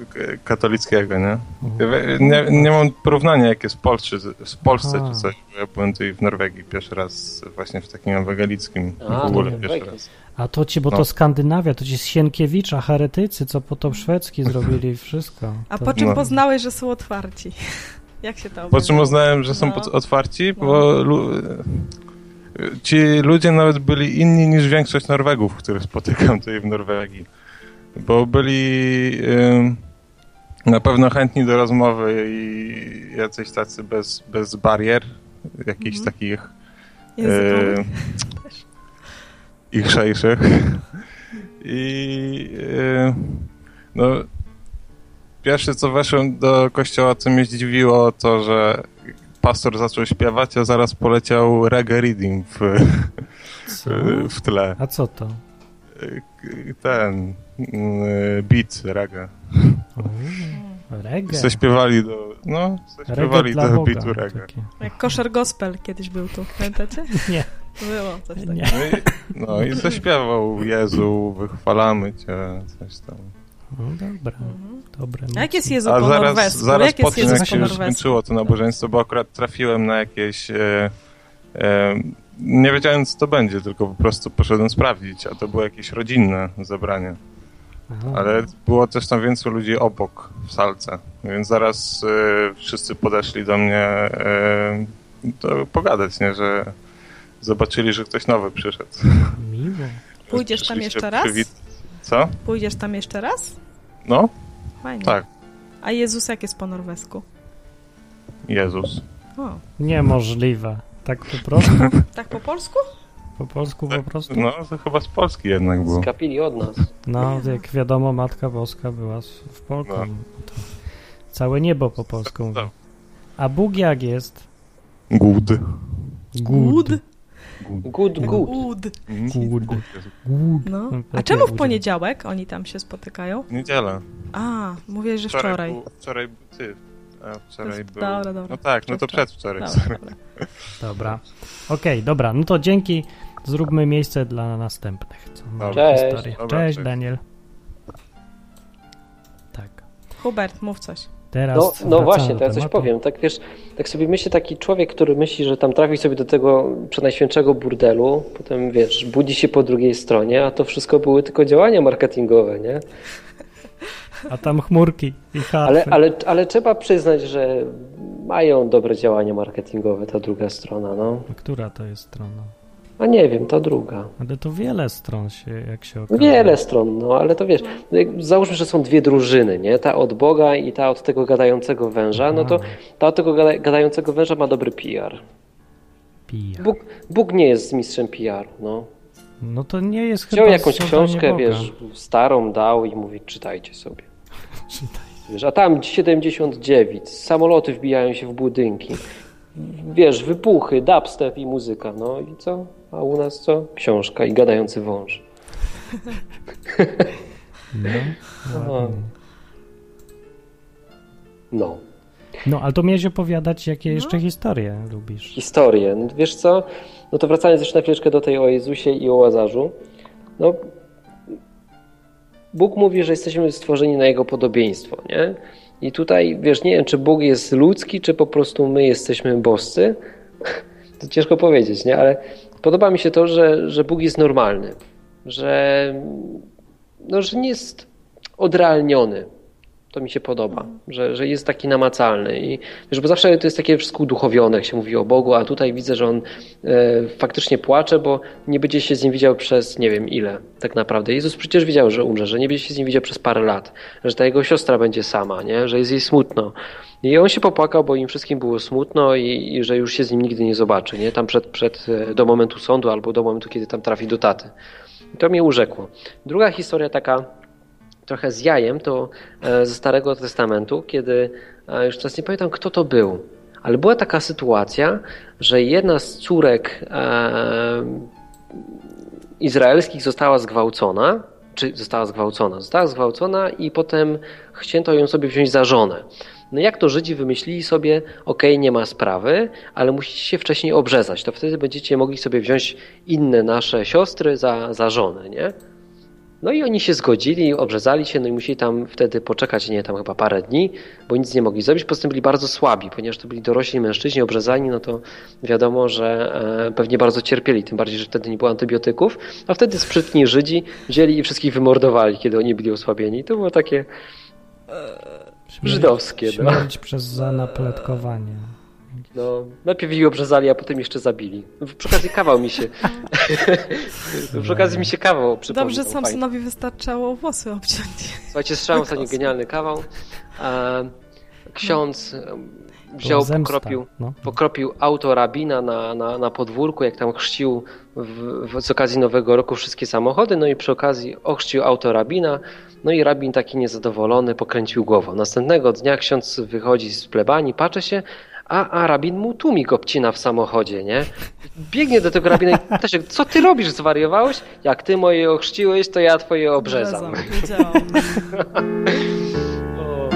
[SPEAKER 6] katolickiego, nie? Ja we- Nie, nie mam porównania, jak jest w Polsce, z Polsce
[SPEAKER 1] Aha.
[SPEAKER 6] czy coś. bo Ja byłem tutaj w Norwegii pierwszy raz właśnie w takim ewangelickim.
[SPEAKER 3] A,
[SPEAKER 6] w ogóle
[SPEAKER 1] to nie.
[SPEAKER 6] pierwszy raz.
[SPEAKER 1] A to ci, bo
[SPEAKER 6] No.
[SPEAKER 1] to Skandynawia, to ci z Sienkiewicza, heretycy, co potem szwedzki zrobili i wszystko.
[SPEAKER 2] A
[SPEAKER 1] To-
[SPEAKER 2] po czym
[SPEAKER 6] No.
[SPEAKER 2] poznałeś, że są otwarci? Jak się to
[SPEAKER 6] Po czym
[SPEAKER 2] objawiło?
[SPEAKER 6] uznałem, że są
[SPEAKER 2] No.
[SPEAKER 6] pod- otwarci,
[SPEAKER 2] No.
[SPEAKER 6] bo lu- ci ludzie nawet byli inni niż większość Norwegów, których spotykam tutaj w Norwegii. Bo byli ym, na pewno chętni do rozmowy i jacyś tacy bez, bez barier, jakichś
[SPEAKER 2] Mhm.
[SPEAKER 6] takich
[SPEAKER 2] Językowy?
[SPEAKER 6] e, ich szejszych. I e, no, pierwsze co weszłem do kościoła, co mnie zdziwiło, to że pastor zaczął śpiewać, a zaraz poleciał reggae reading w,
[SPEAKER 1] Co?
[SPEAKER 6] w tle.
[SPEAKER 1] A co to?
[SPEAKER 6] Ten mm, beat reggae.
[SPEAKER 1] O, Reggae.
[SPEAKER 6] Co śpiewali do, no, co śpiewali
[SPEAKER 1] dla
[SPEAKER 6] do
[SPEAKER 1] Boga,
[SPEAKER 6] bitu reggae.
[SPEAKER 1] takie.
[SPEAKER 2] Jak koszer gospel kiedyś był tu, pamiętacie?
[SPEAKER 1] Nie.
[SPEAKER 2] Było coś takiego.
[SPEAKER 1] Nie.
[SPEAKER 6] No i, no i zaśpiewał Jezu, wychwalamy cię, coś tam.
[SPEAKER 1] No dobra, dobre.
[SPEAKER 2] A jak jest Jezu
[SPEAKER 6] A
[SPEAKER 2] po
[SPEAKER 6] zaraz,
[SPEAKER 2] norwesku?
[SPEAKER 6] zaraz
[SPEAKER 2] jak
[SPEAKER 6] po
[SPEAKER 2] jest
[SPEAKER 6] tym,
[SPEAKER 2] Jezus
[SPEAKER 6] jak
[SPEAKER 2] po
[SPEAKER 6] się już
[SPEAKER 2] norwesku?
[SPEAKER 6] skończyło to nabożeństwo, bo akurat trafiłem na jakieś... E, e, nie wiedziałem, co to będzie, tylko po prostu poszedłem sprawdzić, a to było jakieś rodzinne zebranie.
[SPEAKER 1] Aha.
[SPEAKER 6] Ale było też tam więcej ludzi obok, w salce, więc zaraz e, wszyscy podeszli do mnie e, to pogadać, nie, że zobaczyli, że ktoś nowy przyszedł.
[SPEAKER 1] Miło.
[SPEAKER 2] Pójdziesz tam
[SPEAKER 6] Przyszli się
[SPEAKER 2] jeszcze raz?
[SPEAKER 6] przywit- Co?
[SPEAKER 2] Pójdziesz tam jeszcze raz?
[SPEAKER 6] No,
[SPEAKER 2] Fajnie.
[SPEAKER 6] tak,
[SPEAKER 2] A Jezus jak jest po norwesku?
[SPEAKER 6] Jezus.
[SPEAKER 2] O,
[SPEAKER 1] Niemożliwe. Tak po prostu?
[SPEAKER 2] tak po polsku?
[SPEAKER 1] Po polsku po prostu?
[SPEAKER 6] No, to chyba z Polski jednak było.
[SPEAKER 3] Skapili od nas.
[SPEAKER 1] No, jak wiadomo, Matka Boska była z- w Polsku.
[SPEAKER 6] No. Tak.
[SPEAKER 1] To całe niebo po polsku. mówi. A Bóg jak jest?
[SPEAKER 6] Głód.
[SPEAKER 2] Good.
[SPEAKER 6] Głód.
[SPEAKER 3] Good, good.
[SPEAKER 2] Good.
[SPEAKER 1] Głód.
[SPEAKER 6] Jezu.
[SPEAKER 1] Głód.
[SPEAKER 2] No. A
[SPEAKER 1] Takie
[SPEAKER 2] czemu w
[SPEAKER 1] good.
[SPEAKER 2] poniedziałek oni tam się spotykają?
[SPEAKER 6] Niedziela.
[SPEAKER 2] A, mówię, że wczoraj.
[SPEAKER 6] był- Wczoraj był ty. A
[SPEAKER 2] To
[SPEAKER 6] wczoraj
[SPEAKER 2] jest-
[SPEAKER 6] był...
[SPEAKER 2] dobra, dobra.
[SPEAKER 6] No tak, no to
[SPEAKER 2] Wczoraj.
[SPEAKER 6] przedwczoraj.
[SPEAKER 2] Dobra, dobra.
[SPEAKER 1] Dobra. Okej, dobra. No to dzięki. Zróbmy miejsce dla następnych. Co mają
[SPEAKER 6] Cześć.
[SPEAKER 1] historię.
[SPEAKER 6] Dobra,
[SPEAKER 1] Cześć,
[SPEAKER 6] cześć.
[SPEAKER 1] Daniel. Tak.
[SPEAKER 2] Hubert, mów coś.
[SPEAKER 1] Teraz
[SPEAKER 3] No, no
[SPEAKER 1] wracamy
[SPEAKER 3] właśnie,
[SPEAKER 1] do
[SPEAKER 3] to ja coś
[SPEAKER 1] tematu.
[SPEAKER 3] powiem. Tak wiesz, tak sobie myśli taki człowiek, który myśli, że tam trafi sobie do tego przenajświętszego burdelu, potem wiesz, budzi się po drugiej stronie, a to wszystko były tylko działania marketingowe, nie?
[SPEAKER 1] A tam chmurki i harfy.
[SPEAKER 3] Ale, ale, ale trzeba przyznać, że mają dobre działania marketingowe ta druga strona, no.
[SPEAKER 1] Która to jest strona?
[SPEAKER 3] A nie wiem, ta druga.
[SPEAKER 1] Ale to wiele stron się, jak się
[SPEAKER 3] No
[SPEAKER 1] okazuje.
[SPEAKER 3] Wiele stron, no ale to wiesz, no jak- załóżmy, że są dwie drużyny, nie? Ta od Boga i ta od tego gadającego węża, no to
[SPEAKER 1] Mhm.
[SPEAKER 3] ta od tego gada- gadającego węża ma dobry PR.
[SPEAKER 1] Pija.
[SPEAKER 3] Bóg, Bóg nie jest mistrzem PR, no.
[SPEAKER 1] No to nie jest
[SPEAKER 3] Wziął
[SPEAKER 1] chyba
[SPEAKER 3] jakąś
[SPEAKER 1] zadanie
[SPEAKER 3] książkę,
[SPEAKER 1] Boga.
[SPEAKER 3] wiesz, starą dał i mówi, czytajcie sobie. Wiesz, a tam 79, samoloty wbijają się w budynki. Wiesz, wybuchy, dubstep i muzyka, no i co? A u nas co? Książka i gadający wąż.
[SPEAKER 1] No,
[SPEAKER 3] Aha.
[SPEAKER 1] ładnie.
[SPEAKER 3] No.
[SPEAKER 1] no, ale to miałeś opowiadać, jakie jeszcze historie lubisz.
[SPEAKER 3] historię. No, Wiesz co? No to wracając jeszcze na chwileczkę do tej o Jezusie i o Łazarzu. No, Bóg mówi, że jesteśmy stworzeni na Jego podobieństwo, nie? I tutaj, wiesz, nie wiem, czy Bóg jest ludzki, czy po prostu my jesteśmy boscy. To ciężko powiedzieć, nie? Ale podoba mi się to, że, że Bóg jest normalny, że, no, że nie jest odrealniony. To mi się podoba, że, że jest taki namacalny. I wiesz, bo zawsze to jest takie wszystko uduchowione, jak się mówi o Bogu, a tutaj widzę, że on e, faktycznie płacze, bo nie będzie się z nim widział przez nie wiem ile tak naprawdę. Jezus przecież wiedział, że umrze, że nie będzie się z nim widział przez parę lat, że ta jego siostra będzie sama, nie? że jest jej smutno. I on się popłakał, bo im wszystkim było smutno i, i że już się z nim nigdy nie zobaczy, nie? Tam przed, przed, e, do momentu sądu albo do momentu, kiedy tam trafi do taty. I to mnie urzekło. Druga historia taka trochę z jajem, to e, ze Starego Testamentu, kiedy e, już teraz nie pamiętam, kto to był, ale była taka sytuacja, że jedna z córek e, izraelskich została zgwałcona, czy została zgwałcona, została zgwałcona i potem chcięto ją sobie wziąć za żonę. No jak to Żydzi wymyślili sobie, okej, nie ma sprawy, ale musicie się wcześniej obrzezać, to wtedy będziecie mogli sobie wziąć inne nasze siostry za, za żonę, nie? No i oni się zgodzili, obrzezali się, no i musieli tam wtedy poczekać, nie tam chyba parę dni, bo nic nie mogli zrobić. Poza tym byli bardzo słabi, ponieważ to byli dorośli mężczyźni obrzezani, no to wiadomo, że e, pewnie bardzo cierpieli, tym bardziej, że wtedy nie było antybiotyków. A wtedy sprytni Żydzi wzięli i wszystkich wymordowali, kiedy oni byli osłabieni. To było takie e,
[SPEAKER 1] Śmierć-
[SPEAKER 3] żydowskie. No.
[SPEAKER 1] Śmierć przez zanapletkowanie.
[SPEAKER 3] No, najpierw ich obrzezali, a potem jeszcze zabili. Przy okazji kawał mi się. Przy okazji mi się kawał przypomniał.
[SPEAKER 2] Dobrze,
[SPEAKER 3] fajny.
[SPEAKER 2] Samsonowi wystarczało włosy obciąć.
[SPEAKER 3] Słuchajcie, strzałem ostatnio
[SPEAKER 2] Wykosy.
[SPEAKER 3] genialny kawał. E, ksiądz e,
[SPEAKER 1] Była
[SPEAKER 3] wziął,
[SPEAKER 1] No. zemsta,
[SPEAKER 3] pokropił,
[SPEAKER 1] No.
[SPEAKER 3] pokropił auto rabina na, na, na podwórku, jak tam chrzcił w, w, z okazji Nowego Roku wszystkie samochody, no i przy okazji ochrzcił auto rabina, no i rabin taki niezadowolony pokręcił głową. Następnego dnia ksiądz wychodzi z plebanii, patrzy się, a, a rabin mu tłumik obcina w samochodzie, nie? Biegnie do tego rabina i pyta się, co ty robisz, zwariowałeś? Jak ty moje ochrzciłeś, to ja twoje obrzezam.
[SPEAKER 2] Wiedziałam.
[SPEAKER 3] O.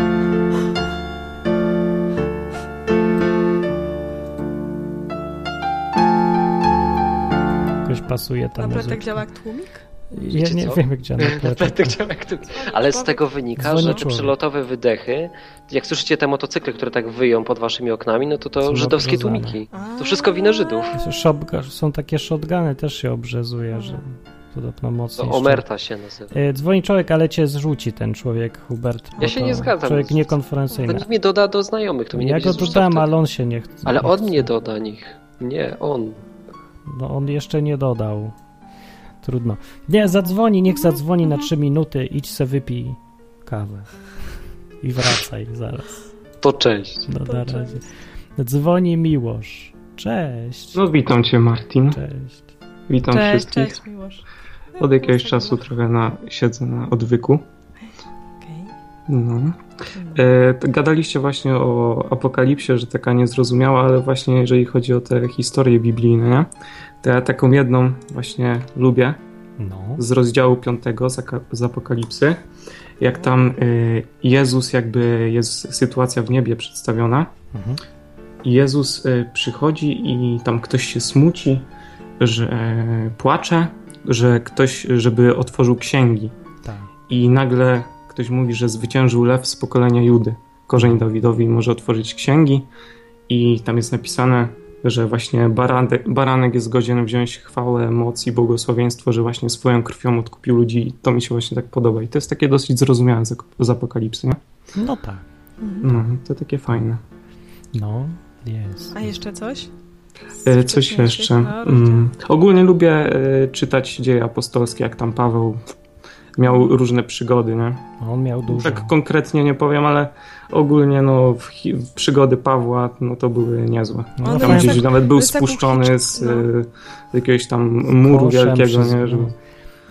[SPEAKER 1] Jakoś pasuje ta
[SPEAKER 2] Naprawdę tak
[SPEAKER 1] muzyka.
[SPEAKER 2] działa jak tłumik?
[SPEAKER 1] Ja nie
[SPEAKER 3] co?
[SPEAKER 1] wiem, gdzie
[SPEAKER 3] Naprawdę
[SPEAKER 1] anapletek.
[SPEAKER 3] chciałem jak tu- Ale z tego wynika, że te
[SPEAKER 1] Dzwoniczyłem.
[SPEAKER 3] przelotowe wydechy, jak słyszycie te motocykle, które tak wyją pod waszymi oknami, no to to
[SPEAKER 1] Są
[SPEAKER 3] żydowskie
[SPEAKER 1] obrzezane.
[SPEAKER 3] tłumiki.
[SPEAKER 2] A.
[SPEAKER 3] To wszystko wina Żydów.
[SPEAKER 1] Shotgun- Są takie shotguny, też się obrzezuje, że podobno
[SPEAKER 3] To
[SPEAKER 1] mocniej.
[SPEAKER 3] omerta się nazywa.
[SPEAKER 1] szczerze. Y, Dzwoni człowiek, ale cię zrzuci ten człowiek, Hubert. bo
[SPEAKER 3] Ja się
[SPEAKER 1] to
[SPEAKER 3] nie zgadzam.
[SPEAKER 1] Człowiek
[SPEAKER 3] To
[SPEAKER 1] niekonferencyjny.
[SPEAKER 3] nikt mnie doda do znajomych, to mnie nie
[SPEAKER 1] Ja
[SPEAKER 3] będzie
[SPEAKER 1] go
[SPEAKER 3] zrzucał
[SPEAKER 1] dodam,
[SPEAKER 3] wtedy.
[SPEAKER 1] ale on się nie chce.
[SPEAKER 3] Ale
[SPEAKER 1] nie
[SPEAKER 3] on
[SPEAKER 1] chce.
[SPEAKER 3] nie doda nich. Nie, on.
[SPEAKER 1] No on jeszcze nie dodał. Trudno. Nie, zadzwoni, niech zadzwoni na 3 minuty, idź se wypij kawę. I wracaj zaraz.
[SPEAKER 3] To cześć.
[SPEAKER 1] No,
[SPEAKER 2] To
[SPEAKER 1] na
[SPEAKER 2] cześć.
[SPEAKER 1] razie. Dzwoni Miłosz. Cześć.
[SPEAKER 7] No witam cię Martin,
[SPEAKER 1] Cześć.
[SPEAKER 7] witam
[SPEAKER 2] Cześć,
[SPEAKER 7] wszystkich.
[SPEAKER 2] cześć, Miłosz.
[SPEAKER 7] Od jakiegoś czasu trochę na, siedzę na odwyku.
[SPEAKER 2] Okej.
[SPEAKER 7] No. E, to gadaliście właśnie o apokalipsie, że taka niezrozumiała, ale właśnie jeżeli chodzi o te historie biblijne, nie? to ja taką jedną właśnie lubię
[SPEAKER 1] No.
[SPEAKER 7] z rozdziału 5 z, aka- z apokalipsy. Jak tam y, Jezus, jakby jest sytuacja w niebie przedstawiona.
[SPEAKER 1] Mhm.
[SPEAKER 7] I Jezus y, przychodzi i tam ktoś się smuci, że y, płacze, że ktoś, żeby otworzył księgi.
[SPEAKER 1] Tak.
[SPEAKER 7] I nagle ktoś mówi, że zwyciężył lew z pokolenia Judy. Korzeń Dawidowi może otworzyć księgi. I tam jest napisane, że właśnie baranek, baranek jest godzien wziąć chwałę, moc i błogosławieństwo, że właśnie swoją krwią odkupił ludzi. I to mi się właśnie tak podoba. I to jest takie dosyć zrozumiałe z, z apokalipsy, nie?
[SPEAKER 1] No tak.
[SPEAKER 7] No, to takie fajne.
[SPEAKER 1] No, jest.
[SPEAKER 2] A jeszcze coś?
[SPEAKER 7] E,
[SPEAKER 2] Z
[SPEAKER 7] Coś
[SPEAKER 2] wcześniejszych,
[SPEAKER 7] jeszcze.
[SPEAKER 2] no,
[SPEAKER 7] Mm. Ogólnie lubię e, czytać dzieje apostolskie, jak tam Paweł miał różne przygody, nie?
[SPEAKER 1] No, On miał dużo.
[SPEAKER 7] Tak konkretnie nie powiem, ale ogólnie no, w, hi- w przygody Pawła no, to były niezłe.
[SPEAKER 1] No,
[SPEAKER 2] Ale
[SPEAKER 7] Tam
[SPEAKER 1] fajnie.
[SPEAKER 7] gdzieś
[SPEAKER 2] tak-
[SPEAKER 7] nawet był
[SPEAKER 2] to jest taką
[SPEAKER 7] spuszczony z,
[SPEAKER 2] no.
[SPEAKER 7] e, jakiegoś tam muru
[SPEAKER 1] Koszem
[SPEAKER 7] wielkiego,
[SPEAKER 1] przez-
[SPEAKER 7] nie? Że...
[SPEAKER 1] no.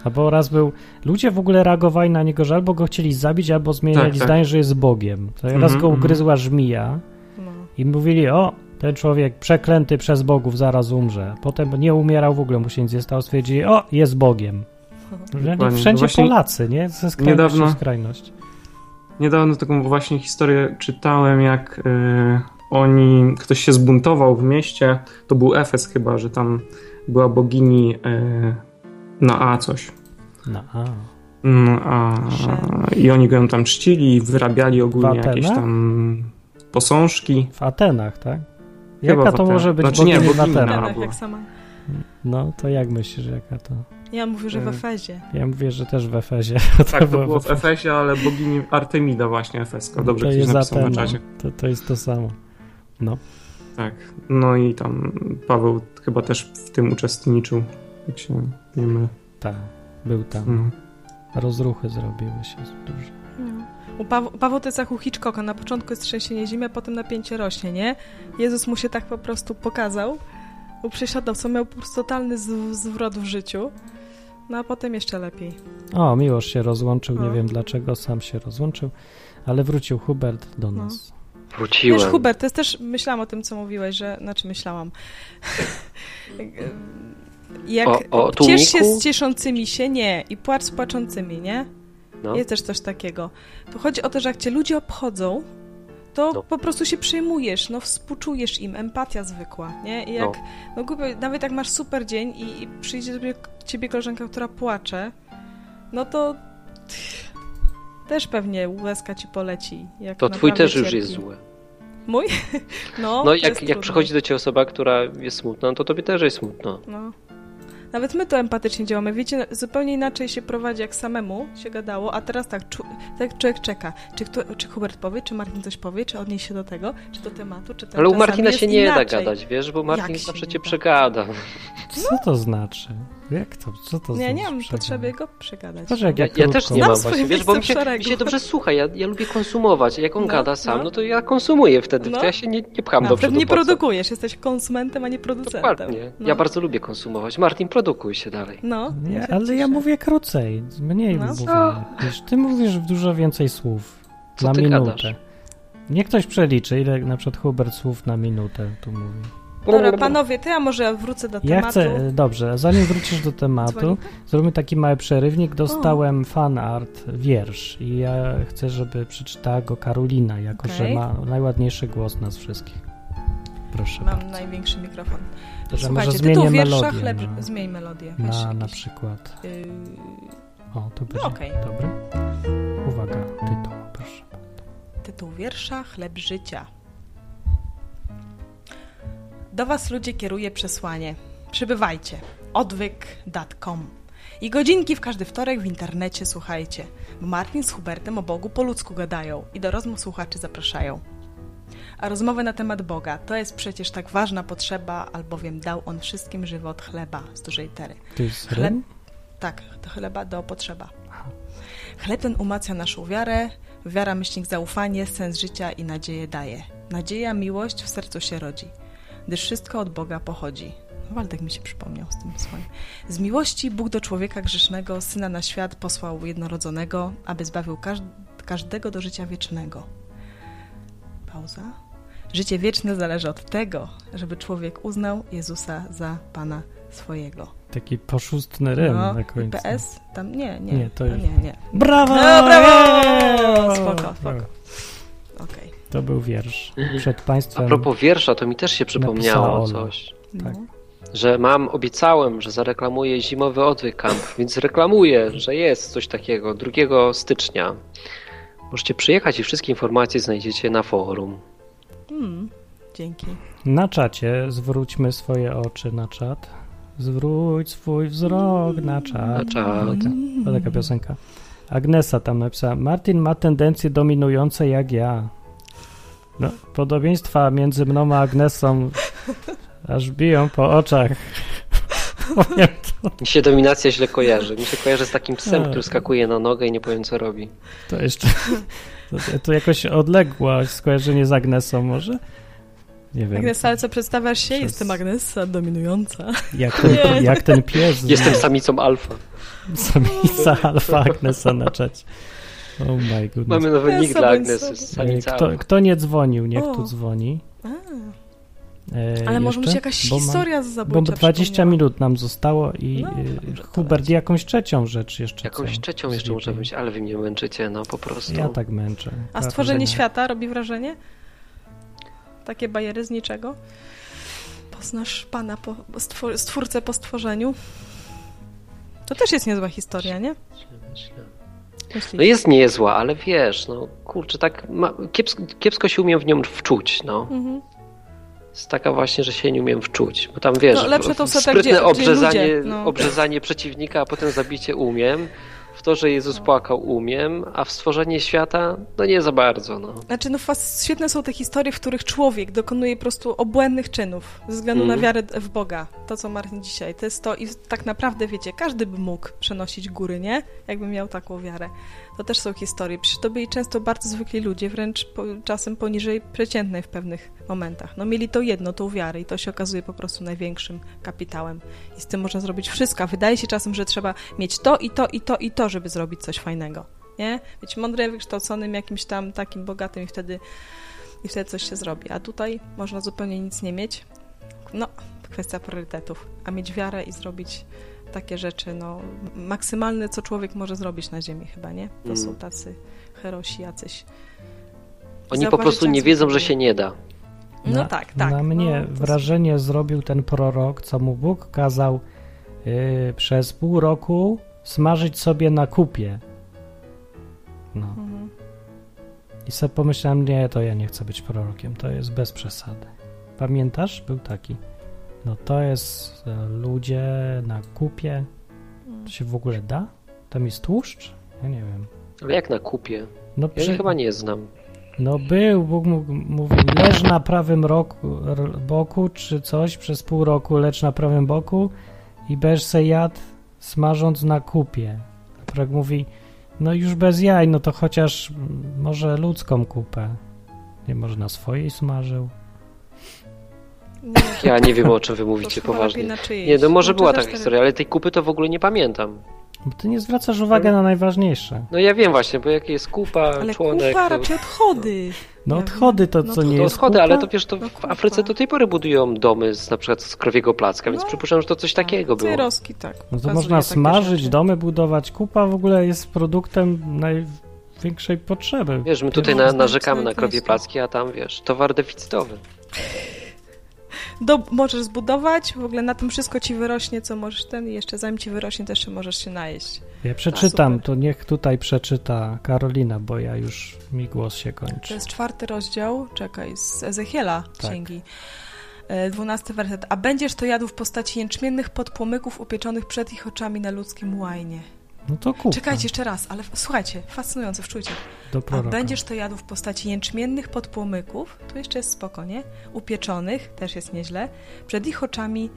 [SPEAKER 1] Albo raz był. Ludzie w ogóle reagowali na niego, że albo go chcieli zabić, albo zmieniali
[SPEAKER 7] Tak, tak.
[SPEAKER 1] zdanie, że jest Bogiem. To raz
[SPEAKER 7] Mhm,
[SPEAKER 1] go
[SPEAKER 7] mhm.
[SPEAKER 1] ugryzła żmija
[SPEAKER 2] No.
[SPEAKER 1] i mówili: O, ten człowiek przeklęty przez bogów zaraz umrze. Potem nie umierał w ogóle, mu się nic nie stało. Stwierdzili: O, jest Bogiem. Dokładnie.
[SPEAKER 7] Dokładnie.
[SPEAKER 1] Wszędzie
[SPEAKER 7] Właśnie
[SPEAKER 1] Polacy, nie? Ze skrajności
[SPEAKER 7] niedawno-
[SPEAKER 1] w skrajność.
[SPEAKER 7] Niedawno taką właśnie historię czytałem, jak e, oni, ktoś się zbuntował w mieście, to był Efes chyba, że tam była bogini e, na A coś.
[SPEAKER 1] No, a.
[SPEAKER 7] Mm, A, I oni go tam czcili i wyrabiali ogólnie
[SPEAKER 1] W
[SPEAKER 7] jakieś
[SPEAKER 1] Atenach?
[SPEAKER 7] tam posążki.
[SPEAKER 1] W Atenach, tak?
[SPEAKER 7] Chyba
[SPEAKER 1] Jaka
[SPEAKER 7] w
[SPEAKER 1] to
[SPEAKER 7] Atenach.
[SPEAKER 1] może być
[SPEAKER 7] Znaczy nie,
[SPEAKER 1] bogini w
[SPEAKER 7] bogini,
[SPEAKER 1] Atenach?
[SPEAKER 7] no.
[SPEAKER 2] Tenach,
[SPEAKER 7] była.
[SPEAKER 2] jak sama.
[SPEAKER 1] No, to jak myślisz, jaka to?
[SPEAKER 2] Ja mówię, że w
[SPEAKER 7] Mm.
[SPEAKER 2] Efezie.
[SPEAKER 1] Ja mówię, że też w Efezie.
[SPEAKER 7] Tak, to
[SPEAKER 1] było
[SPEAKER 7] było
[SPEAKER 1] w
[SPEAKER 7] w Efesie, ale bogini Artemida właśnie Efeska. Dobrze
[SPEAKER 1] to
[SPEAKER 7] ktoś
[SPEAKER 1] jest
[SPEAKER 7] napisał na
[SPEAKER 1] Atena.
[SPEAKER 7] czacie.
[SPEAKER 1] To, to jest to samo.
[SPEAKER 7] Tak. No i tam Paweł chyba też w tym uczestniczył, jak się nie mylę.
[SPEAKER 1] Tak, był tam.
[SPEAKER 7] No.
[SPEAKER 1] Rozruchy zrobiły się duże.
[SPEAKER 2] No. U Paw- Paweł to jest jak u Hitchcocka. Na początku jest trzęsienie ziemi, a potem napięcie rośnie, nie? Jezus mu się tak po prostu pokazał. Bo Prześladował, co miał po prostu totalny zw- zwrot w życiu. No a potem jeszcze lepiej.
[SPEAKER 1] O, Miłosz się rozłączył, nie
[SPEAKER 2] No.
[SPEAKER 1] wiem dlaczego, sam się rozłączył, ale wrócił Hubert do
[SPEAKER 2] No.
[SPEAKER 1] nas.
[SPEAKER 3] Wróciłem.
[SPEAKER 2] Wiesz, Hubert, to jest też, myślałam o tym, co mówiłeś, że, znaczy myślałam. Jak
[SPEAKER 3] O- o
[SPEAKER 2] ciesz się
[SPEAKER 3] tłumiku?
[SPEAKER 2] z cieszącymi się, nie, i płacz z płaczącymi, nie?
[SPEAKER 3] No.
[SPEAKER 2] Jest też coś takiego. To chodzi o to, że jak cię ludzie obchodzą, to
[SPEAKER 3] No.
[SPEAKER 2] po prostu się przejmujesz, no współczujesz im, empatia zwykła, nie? I jak, no, głupio, nawet jak masz super dzień i, i przyjdzie do ciebie, ciebie koleżanka, która płacze, no to też pewnie łezka ci poleci. Jak
[SPEAKER 3] To twój
[SPEAKER 2] naprawdę
[SPEAKER 3] też już
[SPEAKER 2] cierpi.
[SPEAKER 3] jest zły.
[SPEAKER 2] Mój? No,
[SPEAKER 3] No
[SPEAKER 2] to
[SPEAKER 3] i
[SPEAKER 2] jest
[SPEAKER 3] jak, jak
[SPEAKER 2] trudne.
[SPEAKER 3] przychodzi do ciebie osoba, która jest smutna, no to tobie też jest smutno.
[SPEAKER 2] No. Nawet my to empatycznie działamy. Wiecie, no, zupełnie inaczej się prowadzi, jak samemu się gadało, a teraz tak, czu- tak człowiek czeka. Czy, kto, czy Hubert powie, czy Martin coś powie, czy odniesie się do tego, czy do tematu, czy ten
[SPEAKER 3] Ale u
[SPEAKER 2] Tak, czasami
[SPEAKER 3] Martina
[SPEAKER 2] jest
[SPEAKER 3] się nie
[SPEAKER 2] inaczej.
[SPEAKER 3] da gadać, wiesz, bo Martin
[SPEAKER 2] Jak się
[SPEAKER 3] zawsze
[SPEAKER 2] nie
[SPEAKER 3] cię
[SPEAKER 2] da?
[SPEAKER 3] przegada.
[SPEAKER 1] Co to znaczy? Jak to? Co to znaczy?
[SPEAKER 2] Nie, nie mam potrzeby go przegadać.
[SPEAKER 1] Zobacz, jak ja,
[SPEAKER 3] Ja, ja też
[SPEAKER 1] krótko.
[SPEAKER 3] nie
[SPEAKER 2] Znam
[SPEAKER 3] mam
[SPEAKER 2] swoje
[SPEAKER 3] właśnie, wiesz, bo mi
[SPEAKER 2] miejsce w
[SPEAKER 3] się,
[SPEAKER 2] szeregu.
[SPEAKER 3] mi się dobrze słucha, ja, ja lubię konsumować. Jak on
[SPEAKER 2] No,
[SPEAKER 3] gada sam,
[SPEAKER 2] no.
[SPEAKER 3] no. to ja konsumuję wtedy,
[SPEAKER 2] No.
[SPEAKER 3] to ja się nie, nie pcham do
[SPEAKER 2] Nawet
[SPEAKER 3] przodu.
[SPEAKER 2] nie
[SPEAKER 3] po co.
[SPEAKER 2] produkujesz, jesteś konsumentem, a nie producentem.
[SPEAKER 3] Dokładnie.
[SPEAKER 2] No.
[SPEAKER 3] Ja bardzo lubię konsumować. Martin, produkuj się dalej.
[SPEAKER 2] No,
[SPEAKER 1] Nie,
[SPEAKER 2] się
[SPEAKER 1] ale ja
[SPEAKER 2] cieszę.
[SPEAKER 1] mówię krócej, mniej
[SPEAKER 2] No.
[SPEAKER 1] mówię. Wiesz, ty mówisz dużo więcej słów
[SPEAKER 3] Co
[SPEAKER 1] na
[SPEAKER 3] ty
[SPEAKER 1] minutę.
[SPEAKER 3] gadasz?
[SPEAKER 1] Niech ktoś przeliczy, ile na przykład Hubert słów na minutę tu mówi.
[SPEAKER 2] Dobra, panowie, to ja może wrócę do
[SPEAKER 1] Ja
[SPEAKER 2] tematu.
[SPEAKER 1] chcę, e, dobrze, zanim wrócisz do tematu,
[SPEAKER 2] Dzwoni-
[SPEAKER 1] zróbmy taki mały przerywnik. Dostałem fan art wiersz i ja chcę, żeby przeczytała go Karolina, jako że
[SPEAKER 2] Okej.
[SPEAKER 1] ma najładniejszy głos nas wszystkich. Proszę
[SPEAKER 2] Mam
[SPEAKER 1] bardzo.
[SPEAKER 2] największy mikrofon.
[SPEAKER 1] To, że
[SPEAKER 2] Słuchajcie,
[SPEAKER 1] e, może
[SPEAKER 2] tytuł
[SPEAKER 1] zmienię
[SPEAKER 2] wiersza,
[SPEAKER 1] melodię
[SPEAKER 2] chleb,
[SPEAKER 1] na,
[SPEAKER 2] zmień melodię. Weź
[SPEAKER 1] na, na
[SPEAKER 2] jakiś,
[SPEAKER 1] przykład.
[SPEAKER 2] y,
[SPEAKER 1] O, to będzie
[SPEAKER 2] okej.
[SPEAKER 1] dobre. Uwaga, tytuł, proszę.
[SPEAKER 2] Tytuł wiersza Chleb życia. Do Was ludzie kieruje przesłanie. Przybywajcie. Odwyk.com. I godzinki w każdy wtorek w internecie słuchajcie, bo Martin z Hubertem o Bogu po ludzku gadają i do rozmów słuchaczy zapraszają. A rozmowy na temat Boga to jest przecież tak ważna potrzeba, albowiem dał on wszystkim żywot chleba z dużej tery.
[SPEAKER 1] To jest
[SPEAKER 2] Chleb-
[SPEAKER 1] rym?
[SPEAKER 2] Tak, do chleba do potrzeba. Chleb ten umacnia naszą wiarę, wiara myślnik zaufanie, sens życia i nadzieję daje. Nadzieja, miłość w sercu się rodzi, gdyż wszystko od Boga pochodzi. Waldek mi się przypomniał z tym swoim. Z miłości Bóg do człowieka grzesznego, syna na świat posłał jednorodzonego, aby zbawił każ- każdego do życia wiecznego. Pauza. Życie wieczne zależy od tego, żeby człowiek uznał Jezusa za Pana swojego.
[SPEAKER 1] Taki poszustny rym
[SPEAKER 2] No,
[SPEAKER 1] na końcu.
[SPEAKER 2] PS? Tam nie, nie.
[SPEAKER 1] Nie, to
[SPEAKER 2] A
[SPEAKER 1] już-
[SPEAKER 2] nie, nie.
[SPEAKER 1] Brawo!
[SPEAKER 2] No, brawo!
[SPEAKER 1] Eee!
[SPEAKER 2] Spoko, spoko. Okej.
[SPEAKER 1] To był wiersz. Przed
[SPEAKER 3] A
[SPEAKER 1] państwem.
[SPEAKER 3] propos wiersza, to mi też się
[SPEAKER 1] Napisała
[SPEAKER 3] przypomniało
[SPEAKER 1] Ola.
[SPEAKER 3] coś.
[SPEAKER 2] No.
[SPEAKER 1] Tak.
[SPEAKER 3] Że mam, obiecałem, że zareklamuję zimowy odwyk camp, więc reklamuję, że jest coś takiego 2 stycznia. Możecie przyjechać i wszystkie informacje znajdziecie na forum.
[SPEAKER 2] Mm, dzięki.
[SPEAKER 1] Na czacie zwróćmy swoje oczy na czat. Zwróć swój wzrok na
[SPEAKER 3] Na
[SPEAKER 1] czat.
[SPEAKER 3] czat.
[SPEAKER 1] To taka piosenka. Agnesa tam napisała. Martin ma tendencje dominujące jak ja. No, podobieństwa między mną a Agnesą aż biją po oczach. Powiem
[SPEAKER 3] Mi się dominacja źle kojarzy. Mi się kojarzy z takim psem,
[SPEAKER 1] Tak.
[SPEAKER 3] który skakuje na nogę i nie powiem co robi.
[SPEAKER 1] To jeszcze. To, to jakoś odległa skojarzenie z Agnesą, może? Nie wiem.
[SPEAKER 2] Agnes, ale co przedstawiasz się?
[SPEAKER 1] Przez-
[SPEAKER 2] Jestem Agnesa dominująca.
[SPEAKER 1] Jak ten, jak ten pies. z-
[SPEAKER 3] Jestem samicą alfa.
[SPEAKER 1] Samica alfa Agnesa na czacie. Oh my goodness.
[SPEAKER 3] Mamy nowy
[SPEAKER 2] Ja
[SPEAKER 3] nick
[SPEAKER 2] sobie
[SPEAKER 3] dla
[SPEAKER 2] sobie.
[SPEAKER 3] Agnesy.
[SPEAKER 1] E,
[SPEAKER 3] Samica
[SPEAKER 1] Kto,
[SPEAKER 3] alfa.
[SPEAKER 1] kto nie dzwonił, niech
[SPEAKER 2] O.
[SPEAKER 1] tu dzwoni.
[SPEAKER 2] A,
[SPEAKER 1] E,
[SPEAKER 2] ale może mi
[SPEAKER 1] jeszcze?
[SPEAKER 2] się jakaś
[SPEAKER 1] Bo mam-
[SPEAKER 2] historia z
[SPEAKER 1] Bo
[SPEAKER 2] zabójcza
[SPEAKER 1] 20
[SPEAKER 2] przypomniała.
[SPEAKER 1] minut nam zostało i
[SPEAKER 2] No,
[SPEAKER 1] e,
[SPEAKER 2] dobrze, to
[SPEAKER 1] Hubert
[SPEAKER 2] leci.
[SPEAKER 1] jakąś trzecią rzecz jeszcze.
[SPEAKER 3] Jakąś
[SPEAKER 1] co?
[SPEAKER 3] trzecią jeszcze
[SPEAKER 1] Zbiegł.
[SPEAKER 3] może być, ale wy mnie męczycie, no po prostu.
[SPEAKER 1] Ja tak męczę.
[SPEAKER 2] A stworzenie świata robi wrażenie? Takie bajery z niczego? Poznasz Pana, po, stwór, Stwórcę po stworzeniu? To też jest niezła historia, nie? Myślisz?
[SPEAKER 3] No jest niezła, ale wiesz, no kurczę, tak ma, kiepsko, kiepsko się umiem w nią wczuć, no.
[SPEAKER 2] Mhm.
[SPEAKER 3] jest taka właśnie, że się nie umiem wczuć. Bo tam wiesz,
[SPEAKER 2] No, lepsze
[SPEAKER 3] w-
[SPEAKER 2] to
[SPEAKER 3] w
[SPEAKER 2] są te,
[SPEAKER 3] sprytne
[SPEAKER 2] gdzie- gdzie
[SPEAKER 3] obrzezanie,
[SPEAKER 2] ludzie, no.
[SPEAKER 3] obrzezanie przeciwnika, a potem zabicie umiem. W to, że
[SPEAKER 2] No.
[SPEAKER 3] Jezus płakał umiem, a w stworzenie świata, no nie za bardzo. No.
[SPEAKER 2] Znaczy, no fas- świetne są te historie, w których człowiek dokonuje po prostu obłędnych czynów ze względu
[SPEAKER 3] Mhm.
[SPEAKER 2] na wiarę w Boga. To, co Martin dzisiaj, to jest to i tak naprawdę, wiecie, każdy by mógł przenosić góry, nie? Jakby miał taką wiarę. To też są historie. Przecież to byli często bardzo zwykli ludzie, wręcz po, czasem poniżej przeciętnej w pewnych momentach. No mieli to jedno, tą wiarę i to się okazuje po prostu największym kapitałem. I z tym można zrobić wszystko. Wydaje się czasem, że trzeba mieć to i to i to i to, żeby zrobić coś fajnego nie? Być mądrym, wykształconym, jakimś tam takim bogatym i wtedy, i wtedy coś się zrobi. A tutaj można zupełnie nic nie mieć. No, kwestia priorytetów. A mieć wiarę i zrobić takie rzeczy, no, maksymalne, co człowiek może zrobić na ziemi chyba, nie? To
[SPEAKER 3] Mm.
[SPEAKER 2] są tacy herosi jacyś.
[SPEAKER 3] Oni po
[SPEAKER 2] Zauważycie,
[SPEAKER 3] prostu nie
[SPEAKER 2] co
[SPEAKER 3] wiedzą, że
[SPEAKER 2] mówię.
[SPEAKER 3] się nie da.
[SPEAKER 2] No
[SPEAKER 1] Na-
[SPEAKER 2] tak, tak.
[SPEAKER 1] Na mnie
[SPEAKER 2] no, to
[SPEAKER 1] wrażenie zrobił ten prorok, co mu Bóg kazał y, przez pół roku smażyć sobie na kupie. No.
[SPEAKER 2] są- Mhm.
[SPEAKER 1] I sobie pomyślałem, nie, to ja nie chcę być prorokiem, to jest bez przesady. Pamiętasz? Był taki. No to jest e, ludzie na kupie. To się w ogóle da? Tam jest tłuszcz? Ja nie wiem.
[SPEAKER 3] Ale jak na kupie?
[SPEAKER 1] No,
[SPEAKER 3] Ja się
[SPEAKER 1] przy...
[SPEAKER 3] chyba nie znam.
[SPEAKER 1] no był, Bóg mu- mówił, leż na prawym roku, r- boku czy coś, przez pół roku lecz na prawym boku i będziesz se jadł smażąc na kupie. A Prorok mówi, no już bez jaj, no to chociaż mm, może ludzką kupę. Nie może na swojej smażył.
[SPEAKER 2] Nie, to-
[SPEAKER 3] Ja nie wiem, o czym wy
[SPEAKER 2] to
[SPEAKER 3] mówicie
[SPEAKER 2] chyba lepiej
[SPEAKER 3] poważnie.
[SPEAKER 2] na czyjeś.
[SPEAKER 3] Nie, no może
[SPEAKER 2] Znaczy
[SPEAKER 3] była
[SPEAKER 2] też
[SPEAKER 3] taka
[SPEAKER 2] te-
[SPEAKER 3] historia, ale tej kupy to w ogóle nie pamiętam.
[SPEAKER 1] Bo ty nie zwracasz uwagi na najważniejsze.
[SPEAKER 3] No ja wiem właśnie, bo jak jest kupa,
[SPEAKER 2] Ale
[SPEAKER 3] członek...
[SPEAKER 2] kupa,
[SPEAKER 3] to-
[SPEAKER 2] raczej odchody.
[SPEAKER 1] No
[SPEAKER 2] Ja
[SPEAKER 1] odchody to
[SPEAKER 2] wiem. No
[SPEAKER 1] co
[SPEAKER 2] to-
[SPEAKER 1] nie
[SPEAKER 3] To
[SPEAKER 1] jest
[SPEAKER 3] schody,
[SPEAKER 1] kupa?
[SPEAKER 3] ale to wiesz, to
[SPEAKER 2] No
[SPEAKER 3] w
[SPEAKER 2] kupa.
[SPEAKER 3] Afryce do tej pory budują domy z na przykład z krowiego placka, więc
[SPEAKER 2] No.
[SPEAKER 3] przypuszczam, że to coś takiego było.
[SPEAKER 2] Cyroski, tak.
[SPEAKER 1] No to
[SPEAKER 2] pokazuje
[SPEAKER 1] można
[SPEAKER 2] takie
[SPEAKER 1] smażyć,
[SPEAKER 2] rzeczy.
[SPEAKER 1] domy budować. Kupa w ogóle jest produktem największej potrzeby.
[SPEAKER 3] Wiesz, my tutaj
[SPEAKER 2] No,
[SPEAKER 3] na,
[SPEAKER 2] znaczy,
[SPEAKER 3] narzekamy na
[SPEAKER 2] jak
[SPEAKER 3] krowie
[SPEAKER 2] jest to.
[SPEAKER 3] placki, a tam wiesz, towar deficytowy.
[SPEAKER 2] do, możesz zbudować, w ogóle na tym wszystko ci wyrośnie, co możesz ten i jeszcze zanim ci wyrośnie, to jeszcze możesz się najeść.
[SPEAKER 1] Ja przeczytam,
[SPEAKER 2] super.
[SPEAKER 1] to niech tutaj przeczyta Karolina, bo ja już mi głos się
[SPEAKER 2] To
[SPEAKER 1] kończy.
[SPEAKER 2] jest czwarty rozdział, czekaj, z Ezechiela
[SPEAKER 1] Tak.
[SPEAKER 2] księgi. E, Dwunasty werset. A będziesz to jadł w postaci jęczmiennych podpłomyków upieczonych przed ich oczami na ludzkim łajnie.
[SPEAKER 1] No to kupa.
[SPEAKER 2] Czekajcie jeszcze raz, ale f- słuchajcie, fascynujące, wczujcie.
[SPEAKER 1] do
[SPEAKER 2] A
[SPEAKER 1] proroka.
[SPEAKER 2] będziesz to jadł w postaci jęczmiennych podpłomyków, tu jeszcze jest spoko, nie? Upieczonych, też jest nieźle, przed ich oczami,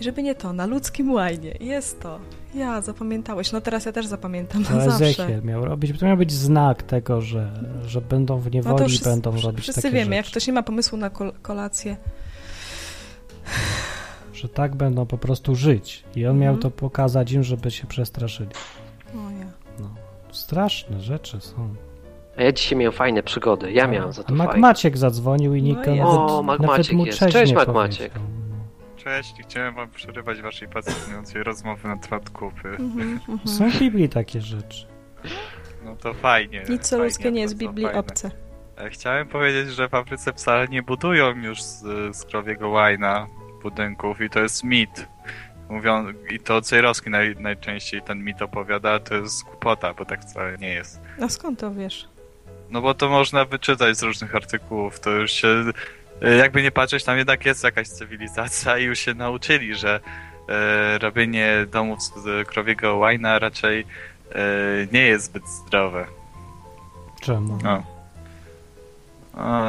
[SPEAKER 2] i żeby nie to, na ludzkim łajnie. Jest to. Ja, zapamiętałeś. No teraz ja też zapamiętam
[SPEAKER 1] To
[SPEAKER 2] na zawsze.
[SPEAKER 1] Ezechiel miał robić. To miał być znak tego, że, że będą w
[SPEAKER 2] No
[SPEAKER 1] niewoli,
[SPEAKER 2] to wszyscy,
[SPEAKER 1] będą
[SPEAKER 2] wszy-
[SPEAKER 1] robić
[SPEAKER 2] wszyscy
[SPEAKER 1] takie
[SPEAKER 2] wiemy, jak
[SPEAKER 1] rzeczy.
[SPEAKER 2] ktoś nie ma pomysłu na kol- kolację.
[SPEAKER 1] Że tak będą po prostu żyć. I on miał
[SPEAKER 2] Mhm.
[SPEAKER 1] to pokazać im, żeby się przestraszyli.
[SPEAKER 2] O ja.
[SPEAKER 1] Straszne No rzeczy są. Tak.
[SPEAKER 3] A ja dzisiaj miałem fajne przygody, ja miałem za
[SPEAKER 1] A
[SPEAKER 3] to
[SPEAKER 1] Mac
[SPEAKER 3] fajne.
[SPEAKER 1] Maciek zadzwonił i
[SPEAKER 2] No
[SPEAKER 1] nikt no
[SPEAKER 2] jest.
[SPEAKER 1] nawet,
[SPEAKER 3] O, Mac
[SPEAKER 1] nawet
[SPEAKER 3] Maciek
[SPEAKER 1] mu
[SPEAKER 3] jest.
[SPEAKER 1] cześć,
[SPEAKER 3] Cześć,
[SPEAKER 1] nie
[SPEAKER 3] Mac
[SPEAKER 1] powiedział.
[SPEAKER 3] Maciek.
[SPEAKER 8] Cześć, chciałem wam przerywać waszej pasjonującej rozmowy na temat kupy.
[SPEAKER 2] Mhm, mhm.
[SPEAKER 1] Są w Biblii takie rzeczy.
[SPEAKER 8] No to fajnie.
[SPEAKER 2] Nic co ludzkie nie jest w Biblii obce.
[SPEAKER 8] E, Chciałem powiedzieć, że w Afryce wcale nie budują już z, z krowiego łajna budynków i to jest mit. Mówią, I to Cejrowski naj, najczęściej ten mit opowiada, a to jest głupota, bo tak wcale nie jest.
[SPEAKER 2] A skąd to wiesz?
[SPEAKER 8] No bo to można wyczytać z różnych artykułów, to już się, e, jakby nie patrzeć, tam jednak jest jakaś cywilizacja i już się nauczyli, że e, robienie domów z krowiego łajna raczej e, nie jest zbyt zdrowe.
[SPEAKER 1] Czemu?
[SPEAKER 8] No.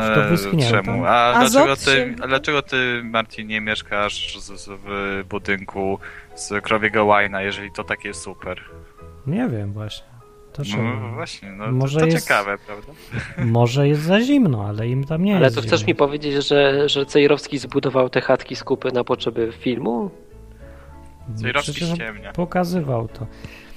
[SPEAKER 1] Czy to wyschniało tam?
[SPEAKER 8] E, czemu? A,
[SPEAKER 2] Azot
[SPEAKER 8] dlaczego,
[SPEAKER 2] się-
[SPEAKER 8] ty, a dlaczego ty, Marcin, nie mieszkasz z, z, w budynku z krowiego łajna, jeżeli to takie super?
[SPEAKER 1] Nie wiem właśnie. To
[SPEAKER 8] No
[SPEAKER 1] czemu?
[SPEAKER 8] właśnie, no
[SPEAKER 1] Może
[SPEAKER 8] to, to
[SPEAKER 1] jest-
[SPEAKER 8] ciekawe, prawda?
[SPEAKER 1] Może jest za zimno, ale im tam nie
[SPEAKER 3] Ale
[SPEAKER 1] jest
[SPEAKER 3] to
[SPEAKER 1] zimno.
[SPEAKER 3] chcesz mi powiedzieć, że, że Cejrowski zbudował te chatki z kupy na potrzeby filmu?
[SPEAKER 8] Cejrowski
[SPEAKER 1] No, Przecież on
[SPEAKER 8] ściemnia,
[SPEAKER 1] pokazywał to.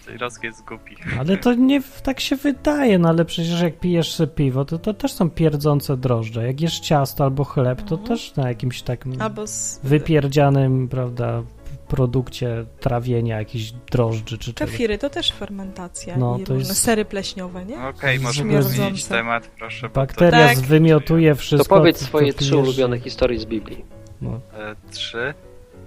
[SPEAKER 8] Cejrowski jest głupi.
[SPEAKER 1] Ale to nie w- tak się wydaje, no ale przecież jak pijesz sobie piwo, to, to też są pierdzące drożdże. Jak jesz ciasto albo chleb, to
[SPEAKER 2] Mhm.
[SPEAKER 1] też na jakimś takim
[SPEAKER 2] Albo z...
[SPEAKER 1] wypierdzianym, prawda, produkcie trawienia jakichś drożdży czy czegoś.
[SPEAKER 2] Kafiry to też fermentacja
[SPEAKER 1] No,
[SPEAKER 2] i
[SPEAKER 1] to
[SPEAKER 2] różne
[SPEAKER 1] jest-
[SPEAKER 2] sery pleśniowe, nie?
[SPEAKER 8] No Okej, możemy tak.
[SPEAKER 1] Śmierdzące.
[SPEAKER 8] zmienić temat, proszę. bo to-
[SPEAKER 1] Bakteria
[SPEAKER 2] Tak.
[SPEAKER 1] zwymiotuje
[SPEAKER 3] To
[SPEAKER 1] wszystko.
[SPEAKER 3] powiedz
[SPEAKER 1] co
[SPEAKER 3] swoje
[SPEAKER 1] pijesz.
[SPEAKER 3] trzy ulubione historie z Biblii.
[SPEAKER 1] No.
[SPEAKER 8] E, Trzy.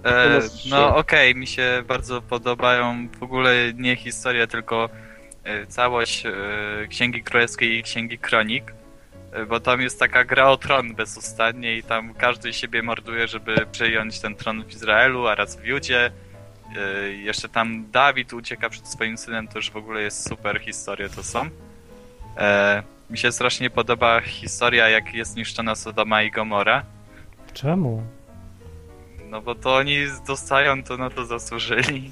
[SPEAKER 3] To
[SPEAKER 8] E,
[SPEAKER 3] nas trzy.
[SPEAKER 8] no okej, mi się bardzo podobają w ogóle nie historie, tylko e, całość e, Księgi Królewskiej i Księgi Kronik. bo tam jest taka gra o tron bezustannie i tam każdy siebie morduje, żeby przejąć ten tron w Izraelu, a raz w Judzie. Yy, Jeszcze tam Dawid ucieka przed swoim synem, to już w ogóle jest super, historie to są. E, Mi się strasznie podoba historia, jak jest niszczona Sodoma i Gomora,
[SPEAKER 1] Czemu?
[SPEAKER 8] no bo to oni dostają to, no to zasłużyli.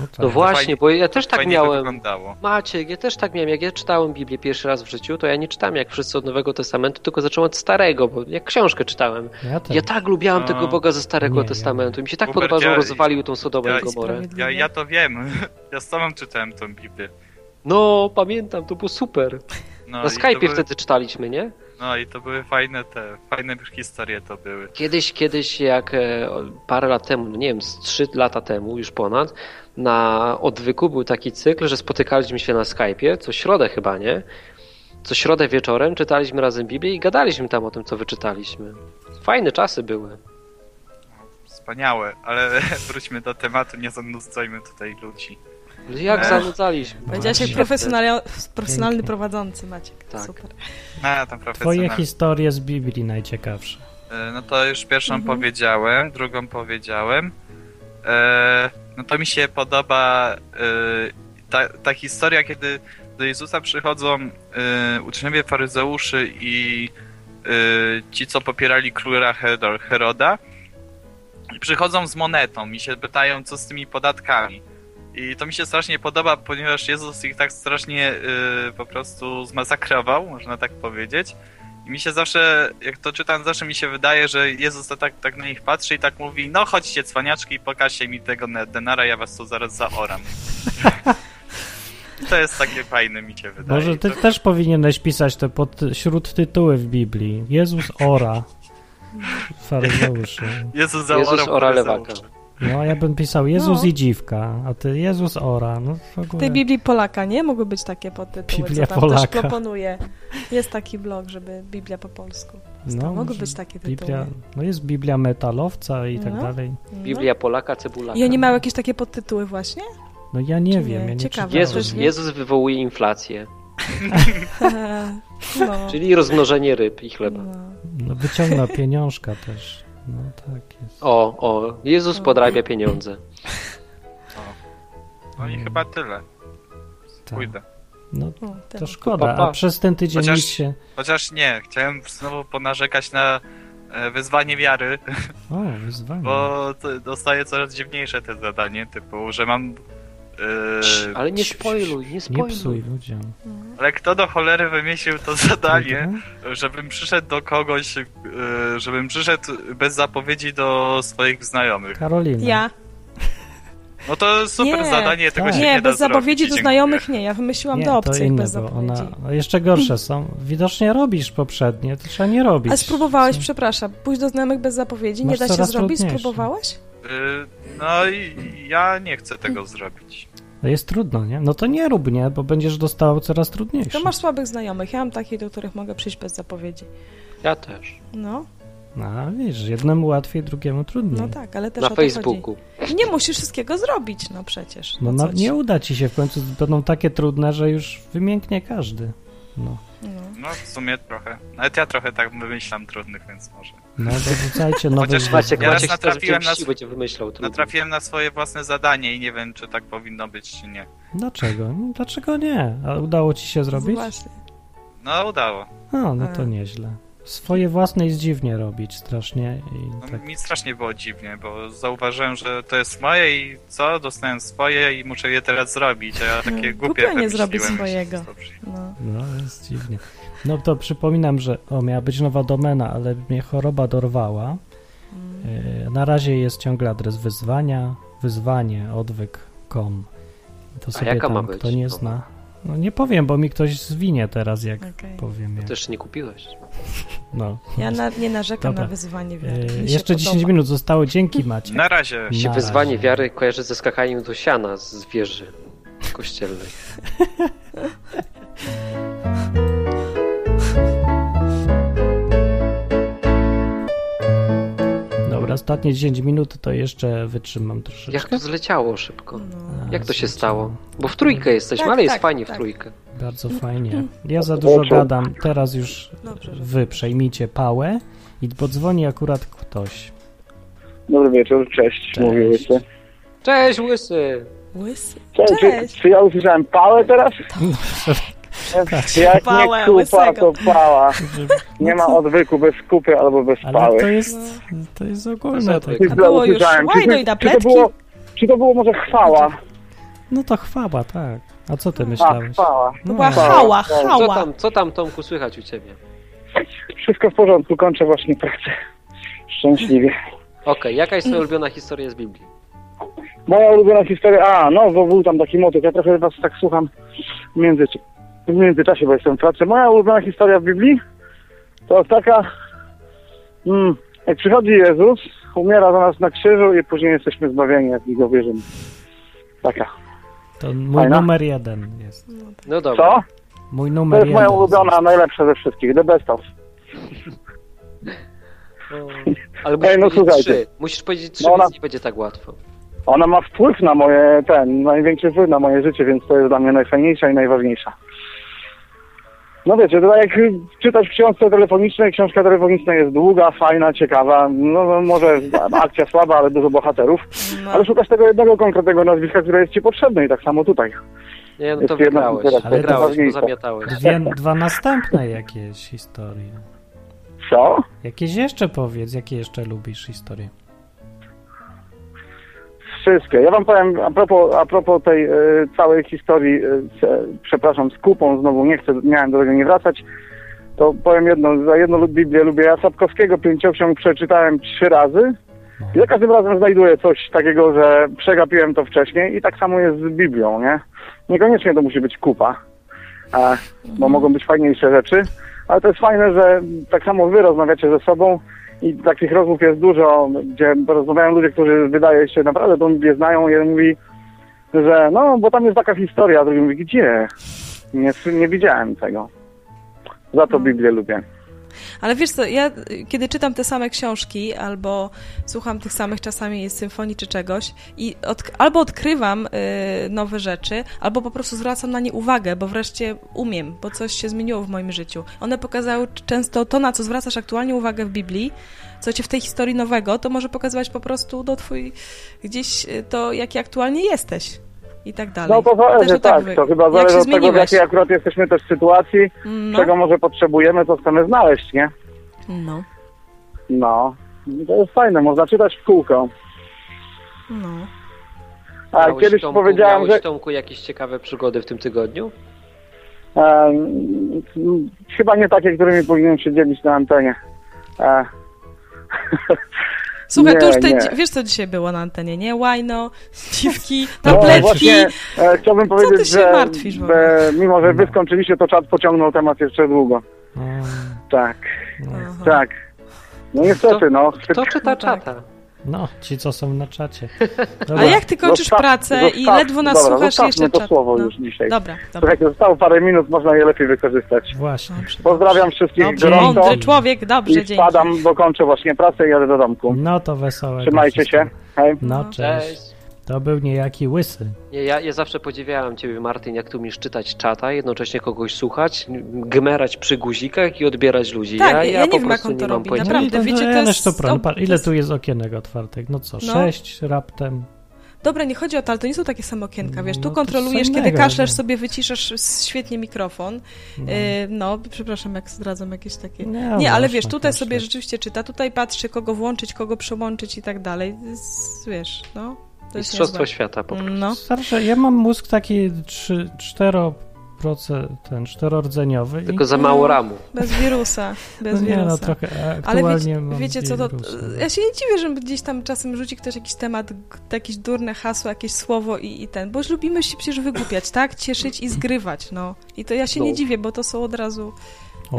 [SPEAKER 1] No tak.
[SPEAKER 3] No właśnie,
[SPEAKER 8] fajnie-
[SPEAKER 3] bo ja też tak
[SPEAKER 8] Fajnie to
[SPEAKER 3] miałem.
[SPEAKER 8] wyglądało.
[SPEAKER 3] Maciek, ja też tak miałem. Jak ja czytałem Biblię pierwszy raz w życiu, to ja nie czytałem jak wszyscy od Nowego Testamentu, tylko zacząłem od Starego, bo jak książkę czytałem.
[SPEAKER 1] Ja też.
[SPEAKER 3] Ja tak lubiałem
[SPEAKER 8] A.
[SPEAKER 3] tego Boga ze
[SPEAKER 1] Nie,
[SPEAKER 3] Starego
[SPEAKER 1] ja-
[SPEAKER 3] Testamentu. Mi się tak
[SPEAKER 8] Hubert,
[SPEAKER 3] podobało, że on
[SPEAKER 8] ja-
[SPEAKER 3] rozwalił tą Sodomę
[SPEAKER 8] ja-
[SPEAKER 3] i Gomorę.
[SPEAKER 8] Ja, ja to wiem, ja z tobą czytałem tą Biblię.
[SPEAKER 3] No, pamiętam, to było super.
[SPEAKER 8] No,
[SPEAKER 3] Na
[SPEAKER 8] i to
[SPEAKER 3] Skype'ie
[SPEAKER 8] były-
[SPEAKER 3] wtedy czytaliśmy, nie?
[SPEAKER 8] No i to były fajne te, fajne historie to były.
[SPEAKER 3] Kiedyś, kiedyś jak e, o- parę lat temu, no nie wiem, z trzy lata temu już ponad, na odwyku był taki cykl, że spotykaliśmy się na Skype'ie, co środę chyba, nie? Co środę wieczorem czytaliśmy razem Biblię i gadaliśmy tam o tym, co wyczytaliśmy. Fajne czasy były.
[SPEAKER 8] Wspaniałe, ale wróćmy do tematu, nie zanudzajmy tutaj ludzi. E?
[SPEAKER 3] No Jak
[SPEAKER 8] Ech.
[SPEAKER 3] zanudzaliśmy.
[SPEAKER 2] Powiedziałeś jak
[SPEAKER 1] Maciek.
[SPEAKER 2] profesjonal, profesjonalny
[SPEAKER 1] Pięknie.
[SPEAKER 2] prowadzący, Maciek.
[SPEAKER 3] Tak.
[SPEAKER 2] Super.
[SPEAKER 8] A, No, tam
[SPEAKER 1] Twoje
[SPEAKER 8] profesjonalnie.
[SPEAKER 1] historie z Biblii najciekawsze.
[SPEAKER 8] E, No to już pierwszą
[SPEAKER 2] Mhm.
[SPEAKER 8] powiedziałem, drugą powiedziałem. E, no to mi się podoba e, ta, ta historia, kiedy do Jezusa przychodzą e, uczniowie faryzeuszy i e, ci, co popierali króla Hero- Heroda. I przychodzą z monetą i się pytają, co z tymi podatkami. I to mi się strasznie podoba, ponieważ Jezus ich tak strasznie e, po prostu zmasakrował, można tak powiedzieć. I mi się zawsze, jak to czytam, zawsze mi się wydaje, że Jezus to tak, tak na nich patrzy i tak mówi, no chodźcie cwaniaczki, pokażcie mi tego ne- denara, ja was tu zaraz zaoram. to jest takie fajne, mi się wydaje.
[SPEAKER 1] Może ty
[SPEAKER 8] To-
[SPEAKER 1] też powinieneś pisać te pod śródtytuły w Biblii. Jezus ora faryzeuszy.
[SPEAKER 8] Jezus zaorał
[SPEAKER 3] Jezus ora
[SPEAKER 8] faryzeuszy.
[SPEAKER 3] lewaka.
[SPEAKER 1] No, a ja bym pisał Jezus
[SPEAKER 2] No.
[SPEAKER 1] i dziwka, a ty Jezus ora. No w
[SPEAKER 2] W
[SPEAKER 1] ogóle.
[SPEAKER 2] tej Biblii Polaka, nie? Mogły być takie podtytuły,
[SPEAKER 1] Biblia
[SPEAKER 2] co tam
[SPEAKER 1] Polaka.
[SPEAKER 2] też proponuję. Jest taki blog, żeby Biblia po polsku.
[SPEAKER 1] no,
[SPEAKER 2] Mogły
[SPEAKER 1] może
[SPEAKER 2] być takie tytuły.
[SPEAKER 1] Biblia, no jest Biblia metalowca i tak
[SPEAKER 2] No.
[SPEAKER 1] dalej.
[SPEAKER 2] No.
[SPEAKER 3] Biblia Polaka, Cebulaka.
[SPEAKER 2] I oni mają jakieś takie podtytuły właśnie?
[SPEAKER 1] No ja nie
[SPEAKER 2] Czy
[SPEAKER 1] wiem,
[SPEAKER 2] nie?
[SPEAKER 1] ja nie
[SPEAKER 2] Ciekawe. no.
[SPEAKER 1] czytałem.
[SPEAKER 3] Jezus,
[SPEAKER 2] Też nie.
[SPEAKER 3] Jezus wywołuje inflację,
[SPEAKER 2] no.
[SPEAKER 3] czyli rozmnożenie ryb i chleba.
[SPEAKER 2] no.
[SPEAKER 1] No wyciąga pieniążka też. No tak jest.
[SPEAKER 3] O, o,
[SPEAKER 2] No.
[SPEAKER 3] Jezus podrabia pieniądze.
[SPEAKER 8] No i chyba tyle.
[SPEAKER 1] Tak.
[SPEAKER 8] Pójdę.
[SPEAKER 1] No
[SPEAKER 2] No, ten.
[SPEAKER 1] to szkoda,
[SPEAKER 3] Pa, pa.
[SPEAKER 1] a przez ten tydzień
[SPEAKER 8] Chociaż-
[SPEAKER 1] nic się...
[SPEAKER 8] Chociaż nie, chciałem znowu ponarzekać na e, wyzwanie wiary,
[SPEAKER 1] O, wyzwanie.
[SPEAKER 8] bo t- dostaję coraz dziwniejsze te zadanie, typu, że mam... e,
[SPEAKER 3] Cii, Ale nie spoiluj, nie
[SPEAKER 1] Nie
[SPEAKER 3] spoiluj.
[SPEAKER 1] psuj ludziom.
[SPEAKER 8] ale kto do cholery wymyślił to zadanie?
[SPEAKER 1] Prawda?
[SPEAKER 8] żebym przyszedł do kogoś, e, żebym przyszedł bez zapowiedzi do swoich znajomych.
[SPEAKER 1] Karolina.
[SPEAKER 2] Ja.
[SPEAKER 8] No to super
[SPEAKER 2] Nie.
[SPEAKER 8] zadanie, tego
[SPEAKER 1] Tak.
[SPEAKER 8] się
[SPEAKER 2] Nie,
[SPEAKER 8] nie, da
[SPEAKER 2] bez zapowiedzi do
[SPEAKER 8] zrobić,
[SPEAKER 2] znajomych nie. Ja wymyśliłam
[SPEAKER 1] Nie,
[SPEAKER 2] do
[SPEAKER 1] to
[SPEAKER 2] obcych
[SPEAKER 1] inne,
[SPEAKER 2] bez
[SPEAKER 1] bo
[SPEAKER 2] zapowiedzi.
[SPEAKER 1] ona... a Jeszcze gorsze są. Widocznie robisz poprzednie, to trzeba nie robić.
[SPEAKER 2] A spróbowałeś,
[SPEAKER 1] Są-
[SPEAKER 2] przepraszam, pójść do znajomych bez zapowiedzi?
[SPEAKER 1] Masz
[SPEAKER 2] nie da się
[SPEAKER 1] coraz
[SPEAKER 2] zrobić?
[SPEAKER 1] trudniejsze.
[SPEAKER 2] Spróbowałeś?
[SPEAKER 8] dziękuję. Y, No i ja nie chcę
[SPEAKER 2] Mm.
[SPEAKER 8] tego zrobić.
[SPEAKER 1] To jest trudno, nie? No to nie rób, nie? Bo będziesz dostał coraz trudniejsze.
[SPEAKER 2] To masz słabych znajomych. Ja mam takich, do których mogę przyjść bez zapowiedzi.
[SPEAKER 3] Ja też.
[SPEAKER 2] No,
[SPEAKER 1] No, wiesz, jednemu łatwiej, drugiemu trudniej.
[SPEAKER 2] no tak, ale też
[SPEAKER 3] Na
[SPEAKER 2] o to
[SPEAKER 3] Facebooku.
[SPEAKER 2] chodzi. I Nie musisz wszystkiego zrobić, no przecież. No,
[SPEAKER 1] No, na,
[SPEAKER 2] coś.
[SPEAKER 1] nie uda ci się, w końcu będą takie trudne, że już wymięknie każdy. No,
[SPEAKER 2] No.
[SPEAKER 8] No w sumie trochę. Nawet ja trochę tak wymyślam trudnych, więc może.
[SPEAKER 1] no dorzucajcie nowe
[SPEAKER 8] Chociaż
[SPEAKER 1] wyzwania.
[SPEAKER 3] Maciek,
[SPEAKER 8] Ja raz
[SPEAKER 3] Maciek teraz
[SPEAKER 8] natrafiłem
[SPEAKER 3] będzie
[SPEAKER 8] na-
[SPEAKER 3] chcił, będzie wymyślał trudno.
[SPEAKER 8] Natrafiłem na swoje własne zadanie i nie wiem, czy tak powinno być, czy nie.
[SPEAKER 1] Dlaczego? No, Dlaczego nie? A udało ci się zrobić?
[SPEAKER 2] Właśnie. E.
[SPEAKER 8] No udało.
[SPEAKER 1] No, no to
[SPEAKER 2] A.
[SPEAKER 1] nieźle. Swoje własne jest dziwnie robić strasznie i
[SPEAKER 8] No,
[SPEAKER 1] tak.
[SPEAKER 8] Mi strasznie było dziwnie, bo zauważyłem, że to jest moje i co? Dostałem swoje i muszę je teraz zrobić, a ja takie
[SPEAKER 2] No,
[SPEAKER 8] głupie
[SPEAKER 2] głupio nie zrobić
[SPEAKER 8] wymyśliłem, że się
[SPEAKER 2] swojego.
[SPEAKER 8] dobrze.
[SPEAKER 2] No.
[SPEAKER 1] No, jest dziwnie. No to przypominam, że o, miała być nowa domena, ale mnie choroba dorwała.
[SPEAKER 3] Mm.
[SPEAKER 1] E, Na razie jest ciągle adres wyzwania, wyzwanie odwyk.com. To sobie
[SPEAKER 3] jaka
[SPEAKER 1] tam
[SPEAKER 3] ma być?
[SPEAKER 1] kto nie zna. No nie powiem, bo mi ktoś zwinie teraz, jak
[SPEAKER 2] Okej.
[SPEAKER 1] powiem. Jak.
[SPEAKER 3] Też nie kupiłeś.
[SPEAKER 1] No.
[SPEAKER 2] Ja na, nie narzekam
[SPEAKER 1] Dobra.
[SPEAKER 2] na wyzwanie
[SPEAKER 1] E,
[SPEAKER 2] wiary. Mi się
[SPEAKER 1] Jeszcze 10
[SPEAKER 2] podoba.
[SPEAKER 1] minut zostało. Dzięki Macie.
[SPEAKER 8] Na razie.
[SPEAKER 3] Mi się
[SPEAKER 1] Na
[SPEAKER 3] wyzwanie
[SPEAKER 1] razie.
[SPEAKER 3] wiary kojarzy ze skakaniem do siana z wieży kościelnej.
[SPEAKER 1] Dobra, ostatnie 10 minut to jeszcze wytrzymam troszeczkę.
[SPEAKER 3] Jak to zleciało szybko?
[SPEAKER 1] A,
[SPEAKER 3] Jak to się
[SPEAKER 1] Tak, zleciało.
[SPEAKER 3] stało? Bo w trójkę jesteśmy,
[SPEAKER 2] No. Tak,
[SPEAKER 3] ale jest
[SPEAKER 2] tak,
[SPEAKER 3] fajnie w
[SPEAKER 2] tak.
[SPEAKER 3] trójkę.
[SPEAKER 1] Bardzo fajnie. Ja za dużo gadam. Teraz już
[SPEAKER 2] Dobrze.
[SPEAKER 1] wy przejmijcie pałę i bo dzwoni akurat ktoś.
[SPEAKER 9] Dobry wieczór, cześć,
[SPEAKER 1] Cześć.
[SPEAKER 9] mówię jeszcze.
[SPEAKER 3] Cześć, łysy!
[SPEAKER 2] Łysy.
[SPEAKER 9] Cześć,
[SPEAKER 2] Cześć.
[SPEAKER 9] Czy, czy ja usłyszałem pałę teraz?
[SPEAKER 1] Tak.
[SPEAKER 9] Jak
[SPEAKER 2] Pałę
[SPEAKER 9] nie kupa,
[SPEAKER 2] łysego.
[SPEAKER 9] to pała. Nie ma odwyku bez kupy albo bez
[SPEAKER 1] Ale to
[SPEAKER 9] pały.
[SPEAKER 1] jest, to jest ogólne.
[SPEAKER 3] Za
[SPEAKER 1] Tak.
[SPEAKER 3] zwykle.
[SPEAKER 9] Czy
[SPEAKER 2] było już
[SPEAKER 9] usłyszałem? Czy-
[SPEAKER 2] łajno i na
[SPEAKER 9] czy to
[SPEAKER 2] pletki?
[SPEAKER 9] było- Czy to było może chwała?
[SPEAKER 1] No to chwała, tak. A co ty
[SPEAKER 9] A,
[SPEAKER 1] myślałeś?
[SPEAKER 9] chwała.
[SPEAKER 1] No,
[SPEAKER 2] Była hała,
[SPEAKER 3] Co
[SPEAKER 2] hała.
[SPEAKER 3] tam, co tam Tomku słychać u ciebie?
[SPEAKER 9] Wszystko w porządku, kończę właśnie pracę. Szczęśliwie.
[SPEAKER 3] Okej, jaka jest twoja
[SPEAKER 2] Mm.
[SPEAKER 3] ulubiona historia z Biblii?
[SPEAKER 9] Moja ulubiona historia, a no, bo był tam taki motyw, ja trochę was tak słucham w, między, w międzyczasie, bo jestem w pracy. Moja ulubiona historia w Biblii to taka, mm, jak przychodzi Jezus, umiera za nas na krzyżu i później jesteśmy zbawieni, jak go wierzymy. Taka.
[SPEAKER 1] To mój
[SPEAKER 9] Fajna.
[SPEAKER 1] numer jeden jest.
[SPEAKER 3] No dobra.
[SPEAKER 9] Co?
[SPEAKER 1] Mój
[SPEAKER 9] To
[SPEAKER 1] numer
[SPEAKER 9] jest
[SPEAKER 1] jeden.
[SPEAKER 9] moja ulubiona, najlepsza ze wszystkich, the best of.
[SPEAKER 3] No, ale musisz
[SPEAKER 9] Ej, no
[SPEAKER 3] powiedzieć trzy.
[SPEAKER 9] słuchajcie.
[SPEAKER 3] Musisz powiedzieć trzy,
[SPEAKER 9] No ona-
[SPEAKER 3] więc nie będzie tak łatwo.
[SPEAKER 9] Ona ma wpływ na moje, ten, największy wpływ na moje życie, więc to jest dla mnie najfajniejsza i najważniejsza. No wiecie, to tak jak czytać w książce telefonicznej, książka telefoniczna jest długa, fajna, ciekawa, no no, może akcja słaba, ale dużo bohaterów, ale szukasz tego jednego konkretnego nazwiska, które jest ci potrzebne i tak samo tutaj.
[SPEAKER 3] Nie, no
[SPEAKER 9] Jest
[SPEAKER 3] to
[SPEAKER 9] jedna
[SPEAKER 3] wygrałeś.
[SPEAKER 9] litera,
[SPEAKER 1] Ale to
[SPEAKER 3] Wygrałeś,
[SPEAKER 9] ważniejsze.
[SPEAKER 3] pozamiatałeś.
[SPEAKER 1] Dwie, dwa następne jakieś historie.
[SPEAKER 9] Co?
[SPEAKER 1] Jakieś jeszcze powiedz, jakie jeszcze lubisz historie?
[SPEAKER 9] Wszystkie. Ja wam powiem a propos, a propos tej e, całej historii, e, z, e, przepraszam, z kupą, znowu nie chcę, miałem do tego nie wracać, to powiem jedno, za jedną lub- Biblię lubię. Ja Sapkowskiego pięcioksiąg przeczytałem trzy razy
[SPEAKER 1] No.
[SPEAKER 9] i za każdym razem znajduję coś takiego, że przegapiłem to wcześniej i tak samo jest z Biblią, nie? Niekoniecznie to musi być kupa, e,
[SPEAKER 2] Mhm.
[SPEAKER 9] bo mogą być fajniejsze rzeczy, ale to jest fajne, że tak samo wy rozmawiacie ze sobą i takich rozmów jest dużo, gdzie rozmawiają ludzie, którzy wydaje się naprawdę tą Biblię znają. Jeden mówi, że no, bo tam jest taka historia, a drugi mówi, gdzie? Nie, nie widziałem tego. Za
[SPEAKER 2] Mhm.
[SPEAKER 9] to Biblię lubię.
[SPEAKER 2] Ale wiesz co, ja y, kiedy czytam te same książki albo słucham tych samych czasami symfonii czy czegoś i odk- albo odkrywam y, nowe rzeczy, albo po prostu zwracam na nie uwagę, bo wreszcie umiem, bo coś się zmieniło w moim życiu. One pokazały c- często to, na co zwracasz aktualnie uwagę w Biblii, co cię w tej historii nowego, to może pokazywać po prostu do twój gdzieś y, to, jaki aktualnie jesteś i tak dalej.
[SPEAKER 9] No to
[SPEAKER 2] Też
[SPEAKER 9] zależy, tak,
[SPEAKER 2] wy-
[SPEAKER 9] to chyba
[SPEAKER 2] jak
[SPEAKER 9] zależy
[SPEAKER 2] się
[SPEAKER 9] od tego, w
[SPEAKER 2] zmieniłeś.
[SPEAKER 9] jakiej akurat jesteśmy też sytuacji,
[SPEAKER 2] No,
[SPEAKER 9] czego może potrzebujemy, co chcemy znaleźć, nie?
[SPEAKER 2] no,
[SPEAKER 9] No, to jest fajne, można czytać w kółko.
[SPEAKER 2] no.
[SPEAKER 9] A kiedyś
[SPEAKER 3] Tomku,
[SPEAKER 9] powiedziałem,
[SPEAKER 3] miałeś,
[SPEAKER 9] że...
[SPEAKER 3] Tomku, jakieś ciekawe przygody w tym tygodniu?
[SPEAKER 9] E, m, chyba nie takie, którymi powinienem się dzielić na antenie. E,
[SPEAKER 2] Słuchaj, to
[SPEAKER 9] Nie,
[SPEAKER 2] już te,
[SPEAKER 9] nie.
[SPEAKER 2] dzi- wiesz co dzisiaj było na antenie, nie? Łajno, dziwki,
[SPEAKER 9] No,
[SPEAKER 2] tabletki.
[SPEAKER 9] właśnie, e, chciałbym
[SPEAKER 2] ty
[SPEAKER 9] powiedzieć,
[SPEAKER 2] się
[SPEAKER 9] że
[SPEAKER 2] martwisz w
[SPEAKER 9] e,
[SPEAKER 2] ogóle?
[SPEAKER 9] mimo, że wy skończyliście, to czat pociągnął temat jeszcze długo.
[SPEAKER 1] Mm,
[SPEAKER 9] Tak,
[SPEAKER 1] No,
[SPEAKER 2] Aha.
[SPEAKER 9] tak. No niestety, no.
[SPEAKER 3] Kto czyta
[SPEAKER 2] No tak.
[SPEAKER 3] czata?
[SPEAKER 1] no, ci co są na czacie.
[SPEAKER 2] Ale jak ty kończysz
[SPEAKER 9] Zostaw-
[SPEAKER 2] pracę i
[SPEAKER 9] zostaw-
[SPEAKER 2] ledwo nas
[SPEAKER 9] dobra,
[SPEAKER 2] słuchasz
[SPEAKER 9] zostawmy
[SPEAKER 2] jeszcze
[SPEAKER 9] to
[SPEAKER 2] czat.
[SPEAKER 9] słowo
[SPEAKER 2] no.
[SPEAKER 9] już dzisiaj.
[SPEAKER 2] Dobra, dobra.
[SPEAKER 9] Słuchajcie, zostało parę minut, można je lepiej wykorzystać.
[SPEAKER 1] Właśnie.
[SPEAKER 2] Dobrze,
[SPEAKER 9] Pozdrawiam wszystkich
[SPEAKER 2] Dobrze,
[SPEAKER 1] gorąco.
[SPEAKER 2] mądry człowiek, dobrze,
[SPEAKER 9] i
[SPEAKER 2] dzięki.
[SPEAKER 9] spadam, bo kończę właśnie pracę i jadę do domku.
[SPEAKER 1] No to wesołe.
[SPEAKER 9] Trzymajcie się. Hej.
[SPEAKER 1] No
[SPEAKER 2] No.
[SPEAKER 1] cześć. To był niejaki łysy.
[SPEAKER 3] Nie, ja, ja zawsze podziwiałem ciebie, Martin, jak tu umiesz czytać czata, jednocześnie kogoś słuchać, gmerać przy guzikach i odbierać ludzi.
[SPEAKER 2] Tak,
[SPEAKER 3] ja,
[SPEAKER 2] ja nie
[SPEAKER 3] po
[SPEAKER 2] wiem, jak
[SPEAKER 3] prostu
[SPEAKER 2] on to
[SPEAKER 3] nie mam
[SPEAKER 2] robi,
[SPEAKER 3] pojęcia.
[SPEAKER 2] naprawdę.
[SPEAKER 1] no,
[SPEAKER 2] wiecie, to
[SPEAKER 1] no,
[SPEAKER 2] jest-
[SPEAKER 1] Janusz, to
[SPEAKER 2] to-
[SPEAKER 1] problem. Pa-
[SPEAKER 2] to
[SPEAKER 1] Ile
[SPEAKER 2] jest-
[SPEAKER 1] tu jest okienek otwartych? No co,
[SPEAKER 2] No.
[SPEAKER 1] sześć raptem?
[SPEAKER 2] Dobra, nie chodzi o to, ale to nie są takie same okienka, wiesz,
[SPEAKER 1] No
[SPEAKER 2] tu
[SPEAKER 1] to
[SPEAKER 2] kontrolujesz,
[SPEAKER 1] co
[SPEAKER 2] kiedy
[SPEAKER 1] innego,
[SPEAKER 2] kaszlesz
[SPEAKER 1] no.
[SPEAKER 2] sobie, wyciszasz s- świetnie mikrofon.
[SPEAKER 1] No.
[SPEAKER 2] Yy, No, przepraszam, jak zdradzam jakieś takie...
[SPEAKER 1] Nie,
[SPEAKER 2] Nie, ale
[SPEAKER 1] można
[SPEAKER 2] wiesz, tutaj
[SPEAKER 1] też
[SPEAKER 2] sobie
[SPEAKER 1] tak.
[SPEAKER 2] rzeczywiście czyta, tutaj patrzy, kogo włączyć, kogo przełączyć i tak dalej. Z- Wiesz, no, to jest
[SPEAKER 3] Mistrzostwo
[SPEAKER 2] niezłe.
[SPEAKER 3] świata po
[SPEAKER 1] Mm.
[SPEAKER 3] prostu.
[SPEAKER 2] No,
[SPEAKER 1] Starsze, ja mam mózg taki trzy, cztero ten czterordzeniowy. i-
[SPEAKER 3] Tylko za mało ramu.
[SPEAKER 2] bez wirusa, bez
[SPEAKER 1] no, nie,
[SPEAKER 2] wirusa.
[SPEAKER 1] no trochę
[SPEAKER 2] Ale
[SPEAKER 1] aktualnie
[SPEAKER 2] wiecie,
[SPEAKER 1] mam
[SPEAKER 2] wiecie co to.
[SPEAKER 1] wirusa. no.
[SPEAKER 2] Ja się nie dziwię, że gdzieś tam czasem rzuci ktoś jakiś temat, g- jakieś durne hasło, jakieś słowo i, i ten. Bo już lubimy się przecież wygłupiać, tak? Cieszyć i zgrywać, no. I to ja się
[SPEAKER 3] No.
[SPEAKER 2] nie dziwię, bo to są od razu
[SPEAKER 1] Oj,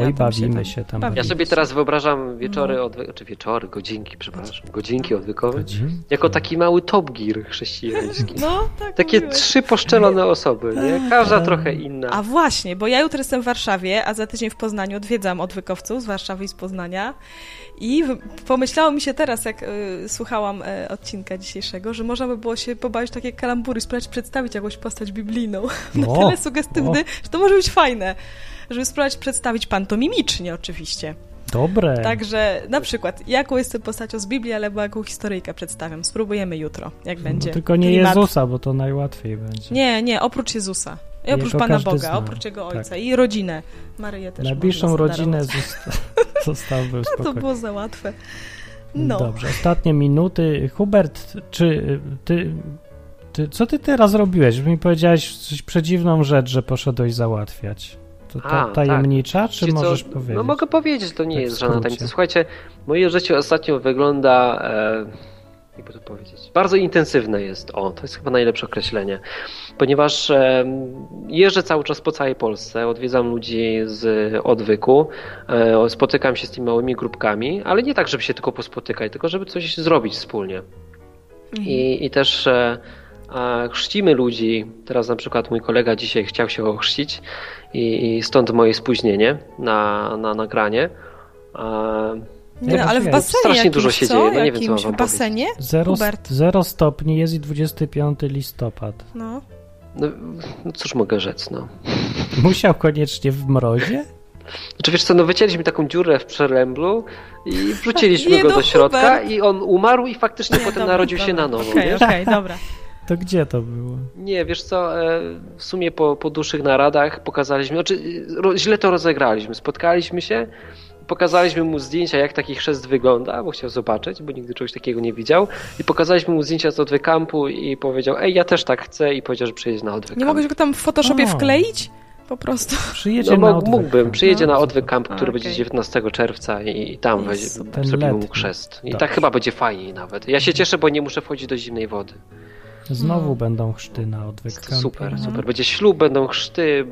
[SPEAKER 2] Ja tam się
[SPEAKER 1] bawimy
[SPEAKER 2] tam-
[SPEAKER 1] się
[SPEAKER 2] bawię.
[SPEAKER 1] tam. bawimy.
[SPEAKER 3] Ja sobie teraz wyobrażam wieczory, odwy- czy wieczory, godzinki, przepraszam, godzinki odwykowe,
[SPEAKER 1] Godzin?
[SPEAKER 3] jako taki mały Top Gear chrześcijański.
[SPEAKER 2] No, tak
[SPEAKER 3] Takie
[SPEAKER 2] mówiłeś.
[SPEAKER 3] trzy poszczelone osoby, nie? Każda
[SPEAKER 1] tak.
[SPEAKER 3] trochę inna.
[SPEAKER 2] A właśnie, bo ja jutro jestem w Warszawie, a za tydzień w Poznaniu odwiedzam odwykowców z Warszawy i z Poznania. I w- pomyślało mi się teraz, jak y, słuchałam y, odcinka dzisiejszego, że można by było się pobawić w takie kalambury, spróbować przedstawić jakąś postać biblijną. Na
[SPEAKER 1] O,
[SPEAKER 2] tyle sugestywny, że to może być fajne. Żeby spróbować przedstawić pantomimicznie oczywiście.
[SPEAKER 1] Dobre.
[SPEAKER 2] Także na przykład, jaką jestem postacią z Biblii, albo jaką historyjkę przedstawiam. Spróbujemy jutro, jak będzie.
[SPEAKER 1] No, tylko nie
[SPEAKER 2] klimat.
[SPEAKER 1] Jezusa, bo to najłatwiej będzie.
[SPEAKER 2] Nie, nie, oprócz Jezusa. I
[SPEAKER 1] Jego
[SPEAKER 2] oprócz Pana
[SPEAKER 1] każdy
[SPEAKER 2] Boga,
[SPEAKER 1] zna.
[SPEAKER 2] oprócz Jego
[SPEAKER 1] Tak.
[SPEAKER 2] Ojca i rodzinę. Maryję też
[SPEAKER 1] Najbliższą
[SPEAKER 2] można
[SPEAKER 1] rodzinę
[SPEAKER 2] darować.
[SPEAKER 1] zosta- zostałby
[SPEAKER 2] No to
[SPEAKER 1] spokojnie.
[SPEAKER 2] było za łatwe. No,
[SPEAKER 1] Dobrze, ostatnie minuty. Hubert, czy ty, ty. Co ty teraz robiłeś? Żeby mi powiedziałeś coś przedziwną rzecz, że poszedłeś załatwiać. To ta,
[SPEAKER 3] A, tak.
[SPEAKER 1] tajemnicza, czy
[SPEAKER 3] Wiecie co?
[SPEAKER 1] możesz powiedzieć?
[SPEAKER 3] No mogę powiedzieć, to nie
[SPEAKER 1] Tak w
[SPEAKER 3] jest żadna
[SPEAKER 1] skrócie.
[SPEAKER 3] tajemnica. Słuchajcie, moje życie ostatnio wygląda, e, jakby to powiedzieć, bardzo intensywne jest. O, to jest chyba najlepsze określenie. Ponieważ e, jeżdżę cały czas po całej Polsce, odwiedzam ludzi z odwyku, e, spotykam się z tymi małymi grupkami, ale nie tak, żeby się tylko pospotykać, tylko żeby coś zrobić wspólnie.
[SPEAKER 2] Mhm.
[SPEAKER 3] I, i też e, a, chrzcimy ludzi. Teraz na przykład mój kolega dzisiaj chciał się ochrzcić i, i stąd moje spóźnienie na, na nagranie. A,
[SPEAKER 2] nie, no, ale w
[SPEAKER 1] Strasznie
[SPEAKER 2] basenie jakimś,
[SPEAKER 3] dużo się
[SPEAKER 2] co?
[SPEAKER 3] dzieje, no nie wiem, co
[SPEAKER 2] jakimś
[SPEAKER 3] mam wam
[SPEAKER 2] w basenie?
[SPEAKER 1] Zero,
[SPEAKER 2] Hubert.
[SPEAKER 1] zero stopni jest i 25 listopad.
[SPEAKER 2] No.
[SPEAKER 3] no, no cóż mogę rzec, no.
[SPEAKER 1] Musiał koniecznie w mrozie?
[SPEAKER 3] Znaczy wiesz co, no wycięliśmy taką dziurę w przeręblu i wrzuciliśmy
[SPEAKER 2] Nie,
[SPEAKER 3] go
[SPEAKER 2] no,
[SPEAKER 3] do środka
[SPEAKER 2] Hubert.
[SPEAKER 3] i on umarł i faktycznie
[SPEAKER 2] Nie,
[SPEAKER 3] potem
[SPEAKER 2] dobra,
[SPEAKER 3] narodził się
[SPEAKER 2] dobra.
[SPEAKER 3] na nowo.
[SPEAKER 2] Okej,
[SPEAKER 3] wiesz?
[SPEAKER 2] okej, dobra.
[SPEAKER 1] To gdzie to było?
[SPEAKER 3] Nie, wiesz co, e, w sumie po, po dłuższych naradach pokazaliśmy, znaczy y, ro, źle to rozegraliśmy, spotkaliśmy się, pokazaliśmy mu zdjęcia, jak taki chrzest wygląda, bo chciał zobaczyć, bo nigdy czegoś takiego nie widział i pokazaliśmy mu zdjęcia z odwykampu i powiedział, ej, ja też tak chcę i powiedział, że przyjedzie na odwykamp.
[SPEAKER 2] Nie mogłeś go tam w Photoshopie
[SPEAKER 1] O.
[SPEAKER 2] wkleić? Po prostu.
[SPEAKER 1] Przyjedzie
[SPEAKER 3] no,
[SPEAKER 1] na
[SPEAKER 3] mógł-
[SPEAKER 1] odwyk.
[SPEAKER 3] mógłbym, przyjedzie na
[SPEAKER 1] No,
[SPEAKER 3] odwykamp, który
[SPEAKER 2] Okej.
[SPEAKER 3] będzie 19 czerwca i, i tam
[SPEAKER 2] Jest
[SPEAKER 3] weź,
[SPEAKER 2] super.
[SPEAKER 1] Ten
[SPEAKER 3] zrobimy mu
[SPEAKER 1] letni.
[SPEAKER 3] chrzest. I
[SPEAKER 1] Dobrze.
[SPEAKER 3] tak chyba będzie fajniej nawet. Ja się cieszę, bo nie muszę wchodzić do zimnej wody.
[SPEAKER 1] Znowu będą chrzty na odwyk. No.
[SPEAKER 3] Jest to super,
[SPEAKER 1] Camping.
[SPEAKER 3] super. Będzie ślub, będą chrzty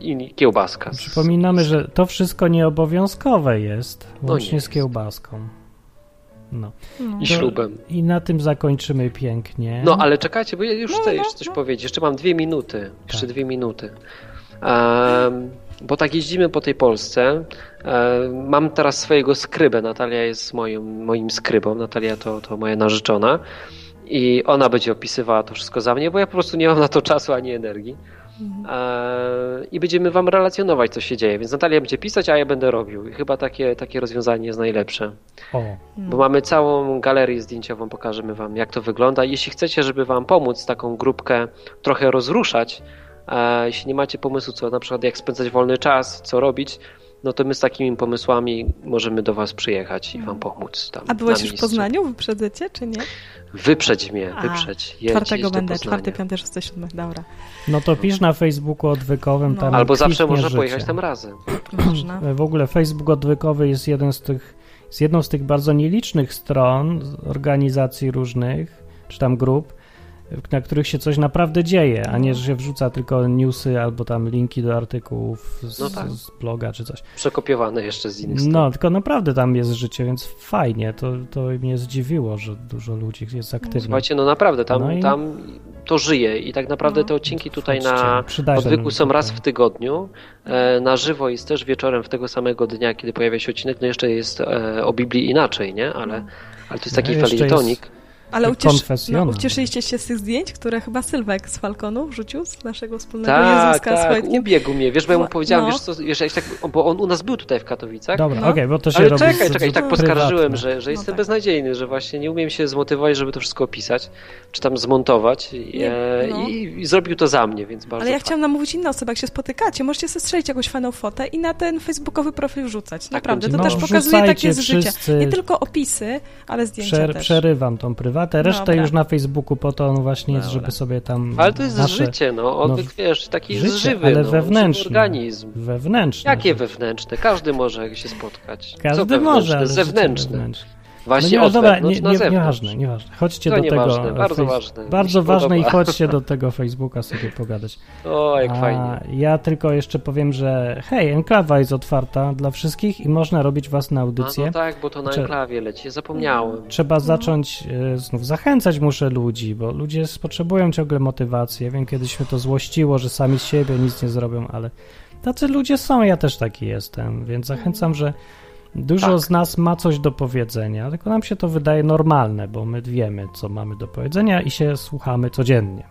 [SPEAKER 3] i kiełbaska.
[SPEAKER 1] Przypominamy, że to wszystko nieobowiązkowe jest,
[SPEAKER 3] No
[SPEAKER 1] łącznie
[SPEAKER 3] nie
[SPEAKER 1] z
[SPEAKER 3] jest.
[SPEAKER 1] kiełbaską. No.
[SPEAKER 2] No.
[SPEAKER 3] I
[SPEAKER 1] To-
[SPEAKER 3] ślubem.
[SPEAKER 1] I na tym zakończymy pięknie.
[SPEAKER 3] No ale czekajcie, bo ja już
[SPEAKER 2] No,
[SPEAKER 3] chcę
[SPEAKER 2] no,
[SPEAKER 3] jeszcze coś
[SPEAKER 2] no.
[SPEAKER 3] powiedzieć. Jeszcze mam dwie minuty. Jeszcze
[SPEAKER 1] Tak.
[SPEAKER 3] dwie minuty. Em, bo tak jeździmy po tej Polsce. Em, mam teraz swojego skrybę. Natalia jest moim, moim skrybą. Natalia to, to moja narzeczona. I ona będzie opisywała to wszystko za mnie, bo ja po prostu nie mam na to czasu ani energii.
[SPEAKER 2] Mhm.
[SPEAKER 3] Em, I będziemy wam relacjonować, co się dzieje. Więc Natalia będzie pisać, a ja będę robił. I chyba takie, takie rozwiązanie jest najlepsze.
[SPEAKER 1] O,
[SPEAKER 2] No.
[SPEAKER 3] Bo mamy całą galerię zdjęciową, pokażemy wam jak to wygląda. Jeśli chcecie, żeby wam pomóc taką grupkę trochę rozruszać, e, jeśli nie macie pomysłu, co na przykład jak spędzać wolny czas, co robić, no to my z takimi pomysłami możemy do was przyjechać i wam pomóc tam.
[SPEAKER 2] Mm. A byłeś
[SPEAKER 3] na
[SPEAKER 2] już w
[SPEAKER 3] miejscu.
[SPEAKER 2] Poznaniu? Wyprzedzycie, czy nie?
[SPEAKER 3] Wyprzedź mnie,
[SPEAKER 2] A,
[SPEAKER 3] wyprzedź. Jedź,
[SPEAKER 2] Czwartego
[SPEAKER 3] idź do
[SPEAKER 2] będę,
[SPEAKER 3] Poznania.
[SPEAKER 2] czwarty, piąty, szósty, siódmy. Dobra.
[SPEAKER 1] no to pisz na Facebooku odwykowym
[SPEAKER 2] No.
[SPEAKER 1] tam.
[SPEAKER 3] Albo zawsze
[SPEAKER 1] kwitnie
[SPEAKER 3] można
[SPEAKER 1] życie.
[SPEAKER 3] pojechać tam razem.
[SPEAKER 2] Można.
[SPEAKER 1] W ogóle Facebook odwykowy jest jeden z tych, jest jedną z tych bardzo nielicznych stron z organizacji różnych, czy tam grup, na których się coś naprawdę dzieje, a nie, że się wrzuca tylko newsy albo tam linki do artykułów z,
[SPEAKER 3] No tak.
[SPEAKER 1] z bloga czy coś.
[SPEAKER 3] Przekopiowane jeszcze z innych stron.
[SPEAKER 1] No, tylko naprawdę tam jest życie, więc fajnie. To, to mnie zdziwiło, że dużo ludzi jest aktywnych.
[SPEAKER 3] Słuchajcie, no naprawdę, tam,
[SPEAKER 1] No i-
[SPEAKER 3] tam to żyje i tak naprawdę
[SPEAKER 2] No.
[SPEAKER 3] te odcinki tutaj
[SPEAKER 1] Chodźcie,
[SPEAKER 3] na
[SPEAKER 1] przydaje
[SPEAKER 3] odwyku
[SPEAKER 1] nam
[SPEAKER 3] są raz
[SPEAKER 1] tutaj.
[SPEAKER 3] w tygodniu. E, Na żywo jest też wieczorem w tego samego dnia, kiedy pojawia się odcinek. No jeszcze jest e, o Biblii inaczej, nie? Ale, ale to jest taki
[SPEAKER 1] No, jeszcze tak
[SPEAKER 3] felietonik.
[SPEAKER 2] Ale
[SPEAKER 1] I
[SPEAKER 2] ucieszy, no,
[SPEAKER 1] konfesjonał.
[SPEAKER 2] ucieszyliście się z tych zdjęć, które chyba Sylwek z Falkonu wrzucił z naszego wspólnego
[SPEAKER 3] Tak,
[SPEAKER 2] Jezuska z
[SPEAKER 3] tak,
[SPEAKER 2] Wojtkiem.
[SPEAKER 3] ubiegł mnie. Wiesz, bo ja mu
[SPEAKER 2] No.
[SPEAKER 3] powiedziałem, wiesz co, wiesz, jak tak, bo on u nas był tutaj w Katowicach.
[SPEAKER 1] Dobra,
[SPEAKER 2] No.
[SPEAKER 1] okej, bo to się
[SPEAKER 3] Ale
[SPEAKER 1] robi
[SPEAKER 3] czekaj,
[SPEAKER 1] z-
[SPEAKER 3] czekaj, tak
[SPEAKER 1] z-
[SPEAKER 3] poskarżyłem,
[SPEAKER 1] prywatne.
[SPEAKER 3] że, że jestem
[SPEAKER 2] tak.
[SPEAKER 3] beznadziejny, że właśnie nie umiem się zmotywować, żeby to wszystko opisać, czy tam zmontować. I,
[SPEAKER 2] Nie,
[SPEAKER 3] e,
[SPEAKER 2] no.
[SPEAKER 3] i, i zrobił to za mnie, więc bardzo
[SPEAKER 2] Ale ja
[SPEAKER 3] fajnie.
[SPEAKER 2] chciałam namówić inne osoby, jak się spotykacie, możecie sobie strzelić jakąś fajną fotę i na ten facebookowy profil
[SPEAKER 3] Tak,
[SPEAKER 2] wrzucać. Naprawdę, to
[SPEAKER 3] będzie.
[SPEAKER 2] też
[SPEAKER 1] No,
[SPEAKER 2] pokazuje
[SPEAKER 1] wrzucajcie
[SPEAKER 2] takie z życia.
[SPEAKER 1] wszyscy.
[SPEAKER 2] Nie tylko opisy, ale zdjęcia
[SPEAKER 1] Przer,
[SPEAKER 2] też.
[SPEAKER 1] przerywam tą prywatę. Resztę
[SPEAKER 2] Dobra.
[SPEAKER 1] już na Facebooku po to on właśnie jest,
[SPEAKER 3] Dobra.
[SPEAKER 1] żeby sobie tam.
[SPEAKER 3] Ale to jest
[SPEAKER 1] nasze
[SPEAKER 3] życie, no, odwyk,
[SPEAKER 1] no,
[SPEAKER 3] wiesz, taki
[SPEAKER 1] życie,
[SPEAKER 3] żywy,
[SPEAKER 1] ale
[SPEAKER 3] no,
[SPEAKER 1] wewnętrzne.
[SPEAKER 3] żywy organizm.
[SPEAKER 1] Wewnętrzne.
[SPEAKER 3] Jakie
[SPEAKER 1] życie.
[SPEAKER 3] wewnętrzne? Każdy może się spotkać. Co
[SPEAKER 1] Każdy
[SPEAKER 3] wewnętrzne?
[SPEAKER 1] może. ale życie
[SPEAKER 3] Zewnętrzne.
[SPEAKER 1] wewnętrzne.
[SPEAKER 3] Właśnie
[SPEAKER 1] no nie,
[SPEAKER 3] od
[SPEAKER 1] dobra,
[SPEAKER 3] wewnątrz
[SPEAKER 1] nie,
[SPEAKER 3] na
[SPEAKER 1] nie,
[SPEAKER 3] zewnątrz.
[SPEAKER 1] nieważne, nieważne. Chodźcie
[SPEAKER 3] To
[SPEAKER 1] do tego.
[SPEAKER 3] nieważne, bardzo
[SPEAKER 1] Face-
[SPEAKER 3] ważne.
[SPEAKER 1] Bardzo
[SPEAKER 3] Mi się
[SPEAKER 1] ważne i
[SPEAKER 3] podoba.
[SPEAKER 1] chodźcie do tego Facebooka sobie pogadać.
[SPEAKER 3] O, jak
[SPEAKER 1] A
[SPEAKER 3] fajnie.
[SPEAKER 1] Ja tylko jeszcze powiem, że hej, enklawa jest otwarta dla wszystkich i można robić własne
[SPEAKER 3] A,
[SPEAKER 1] audycje.
[SPEAKER 3] no tak, bo to na
[SPEAKER 1] Czy-
[SPEAKER 3] enklawie leci. Ja Zapomniałem.
[SPEAKER 1] Trzeba zacząć e, znów zachęcać muszę ludzi, bo ludzie s- potrzebują ciągle motywacji. Ja wiem, kiedyś mnie to złościło, że sami z siebie nic nie zrobią, ale tacy ludzie są, ja też taki jestem, więc zachęcam, że dużo
[SPEAKER 3] Tak.
[SPEAKER 1] z nas ma coś do powiedzenia, tylko nam się to wydaje normalne, bo my wiemy, co mamy do powiedzenia i się słuchamy codziennie.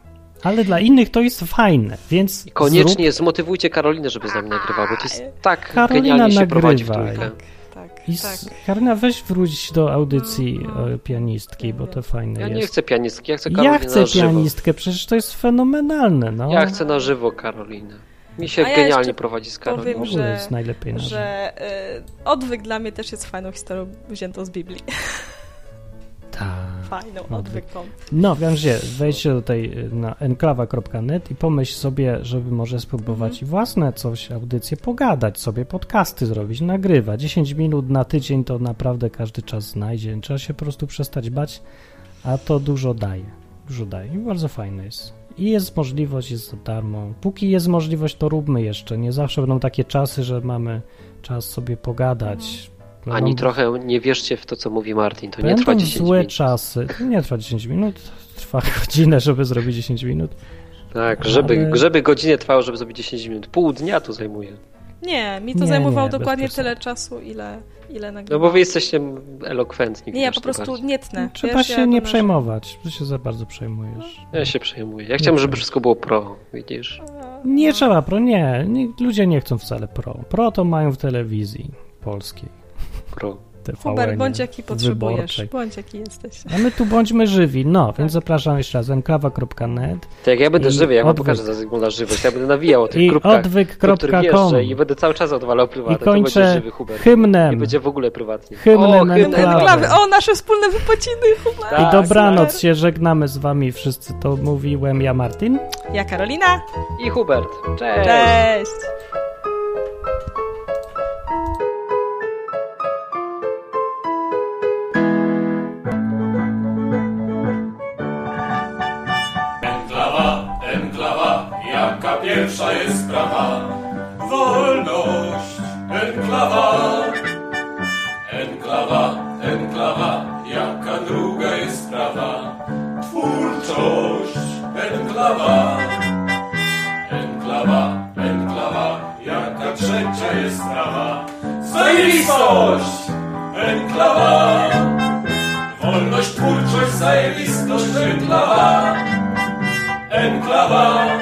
[SPEAKER 1] Ale dla innych to jest fajne, więc
[SPEAKER 3] I koniecznie
[SPEAKER 1] zrób...
[SPEAKER 3] zmotywujcie Karolinę, żeby z nami nagrywała, bo to jest tak
[SPEAKER 1] Karolina
[SPEAKER 3] genialnie się
[SPEAKER 1] nagrywa.
[SPEAKER 3] prowadzi w trójkę.
[SPEAKER 2] Tak,
[SPEAKER 1] I
[SPEAKER 2] tak. No,
[SPEAKER 1] s... Karna, weź wróć do audycji e, pianistki, bo to fajne
[SPEAKER 3] Ja
[SPEAKER 1] jest.
[SPEAKER 3] nie chcę pianistki, ja chcę Karolinę
[SPEAKER 1] Ja chcę
[SPEAKER 3] na żywo.
[SPEAKER 1] pianistkę, przecież to jest fenomenalne. No.
[SPEAKER 3] Ja chcę na żywo Karolinę. Mi się
[SPEAKER 2] A ja
[SPEAKER 3] genialnie
[SPEAKER 2] jeszcze
[SPEAKER 3] prowadzi z
[SPEAKER 1] W
[SPEAKER 3] Karoliną.
[SPEAKER 1] ogóle
[SPEAKER 2] powiem, że-
[SPEAKER 1] No, jest najlepiej na żywo.
[SPEAKER 2] Że y, odwyk dla mnie też jest fajną historią wziętą z Biblii.
[SPEAKER 1] Tak.
[SPEAKER 2] Fajną
[SPEAKER 1] Odwyk.
[SPEAKER 2] odwyką.
[SPEAKER 1] No, wiem, że wejdźcie do tej y, na enklawa.net i pomyśl sobie, żeby może spróbować i własne coś, audycje pogadać sobie, podcasty zrobić, nagrywać. 10 minut na tydzień to naprawdę każdy czas znajdzie. Trzeba się po prostu przestać bać, a to dużo daje. Dużo daje i bardzo fajne jest. I jest możliwość, jest za darmo. Póki jest możliwość, to róbmy jeszcze. Nie zawsze będą takie czasy, że mamy czas sobie pogadać.
[SPEAKER 3] Ani
[SPEAKER 1] Będą-
[SPEAKER 3] trochę nie wierzcie w to, co mówi Martin. To nie
[SPEAKER 1] Będą
[SPEAKER 3] trwa 10
[SPEAKER 1] złe
[SPEAKER 3] minut.
[SPEAKER 1] czasy. To nie trwa 10 minut, trwa godzinę, żeby zrobić 10 minut.
[SPEAKER 3] Tak, żeby,
[SPEAKER 1] Ale-
[SPEAKER 3] żeby godzinę trwało, żeby zrobić 10 minut. Pół dnia to zajmuje.
[SPEAKER 2] Nie, mi to
[SPEAKER 1] Nie,
[SPEAKER 2] zajmowało
[SPEAKER 1] nie, bez
[SPEAKER 2] dokładnie
[SPEAKER 1] przesady.
[SPEAKER 2] tyle czasu, ile, ile
[SPEAKER 3] No
[SPEAKER 2] nagrywałam.
[SPEAKER 3] bo wy jesteście elokwentni.
[SPEAKER 2] Nie, ja po
[SPEAKER 3] widocznie
[SPEAKER 2] prostu
[SPEAKER 3] bardziej.
[SPEAKER 2] nie tnę.
[SPEAKER 1] Trzeba
[SPEAKER 2] wiesz,
[SPEAKER 1] się
[SPEAKER 2] ja do
[SPEAKER 1] nie
[SPEAKER 2] nas-
[SPEAKER 1] przejmować, że się za bardzo przejmujesz.
[SPEAKER 3] Ja się przejmuję. Ja chciałem, żeby wszystko było pro, widzisz?
[SPEAKER 2] No,
[SPEAKER 1] Nie trzeba pro, nie, nie. Ludzie nie chcą wcale pro. Pro to mają w telewizji polskiej.
[SPEAKER 3] Pro.
[SPEAKER 2] Hubert,
[SPEAKER 1] TVN-ie,
[SPEAKER 2] bądź jaki potrzebujesz,
[SPEAKER 1] wyborczej.
[SPEAKER 2] bądź jaki jesteś.
[SPEAKER 1] A my tu bądźmy żywi, no,
[SPEAKER 2] Tak.
[SPEAKER 1] więc zapraszam jeszcze raz, enklawa.net
[SPEAKER 3] Tak, jak ja będę
[SPEAKER 1] I
[SPEAKER 3] żywy, ja wam
[SPEAKER 1] odwyk.
[SPEAKER 3] pokażę za Zygmunta żywość. Ja będę nawijał o tych
[SPEAKER 1] i
[SPEAKER 3] grupkach. do których
[SPEAKER 1] odwyk.com.
[SPEAKER 3] jeżdżę I będę cały czas odwalał prywatne.
[SPEAKER 1] I kończę
[SPEAKER 3] to będzie żywy Hubert. Nie
[SPEAKER 1] hymnem.
[SPEAKER 3] będzie w ogóle prywatnie.
[SPEAKER 1] Hymnem
[SPEAKER 3] o, hymn
[SPEAKER 1] Enklawy.
[SPEAKER 2] Enklawy. O, nasze wspólne wypociny, Hubert.
[SPEAKER 1] I
[SPEAKER 3] Tak,
[SPEAKER 1] dobranoc się żegnamy z wami wszyscy. To mówiłem ja, Martin.
[SPEAKER 2] Ja Karolina.
[SPEAKER 3] I Hubert. Cześć.
[SPEAKER 2] Cześć.
[SPEAKER 10] Enklawa, enklawa, jaka pierwsza jest sprawa? Wolność, enklawa. Enklawa, enklawa, jaka druga jest sprawa? Twórczość, enklawa. Enklawa, enklawa, jaka trzecia jest sprawa? Zajebistość, enklawa. Wolność, twórczość, zajebistość, enklawa. Enklawa,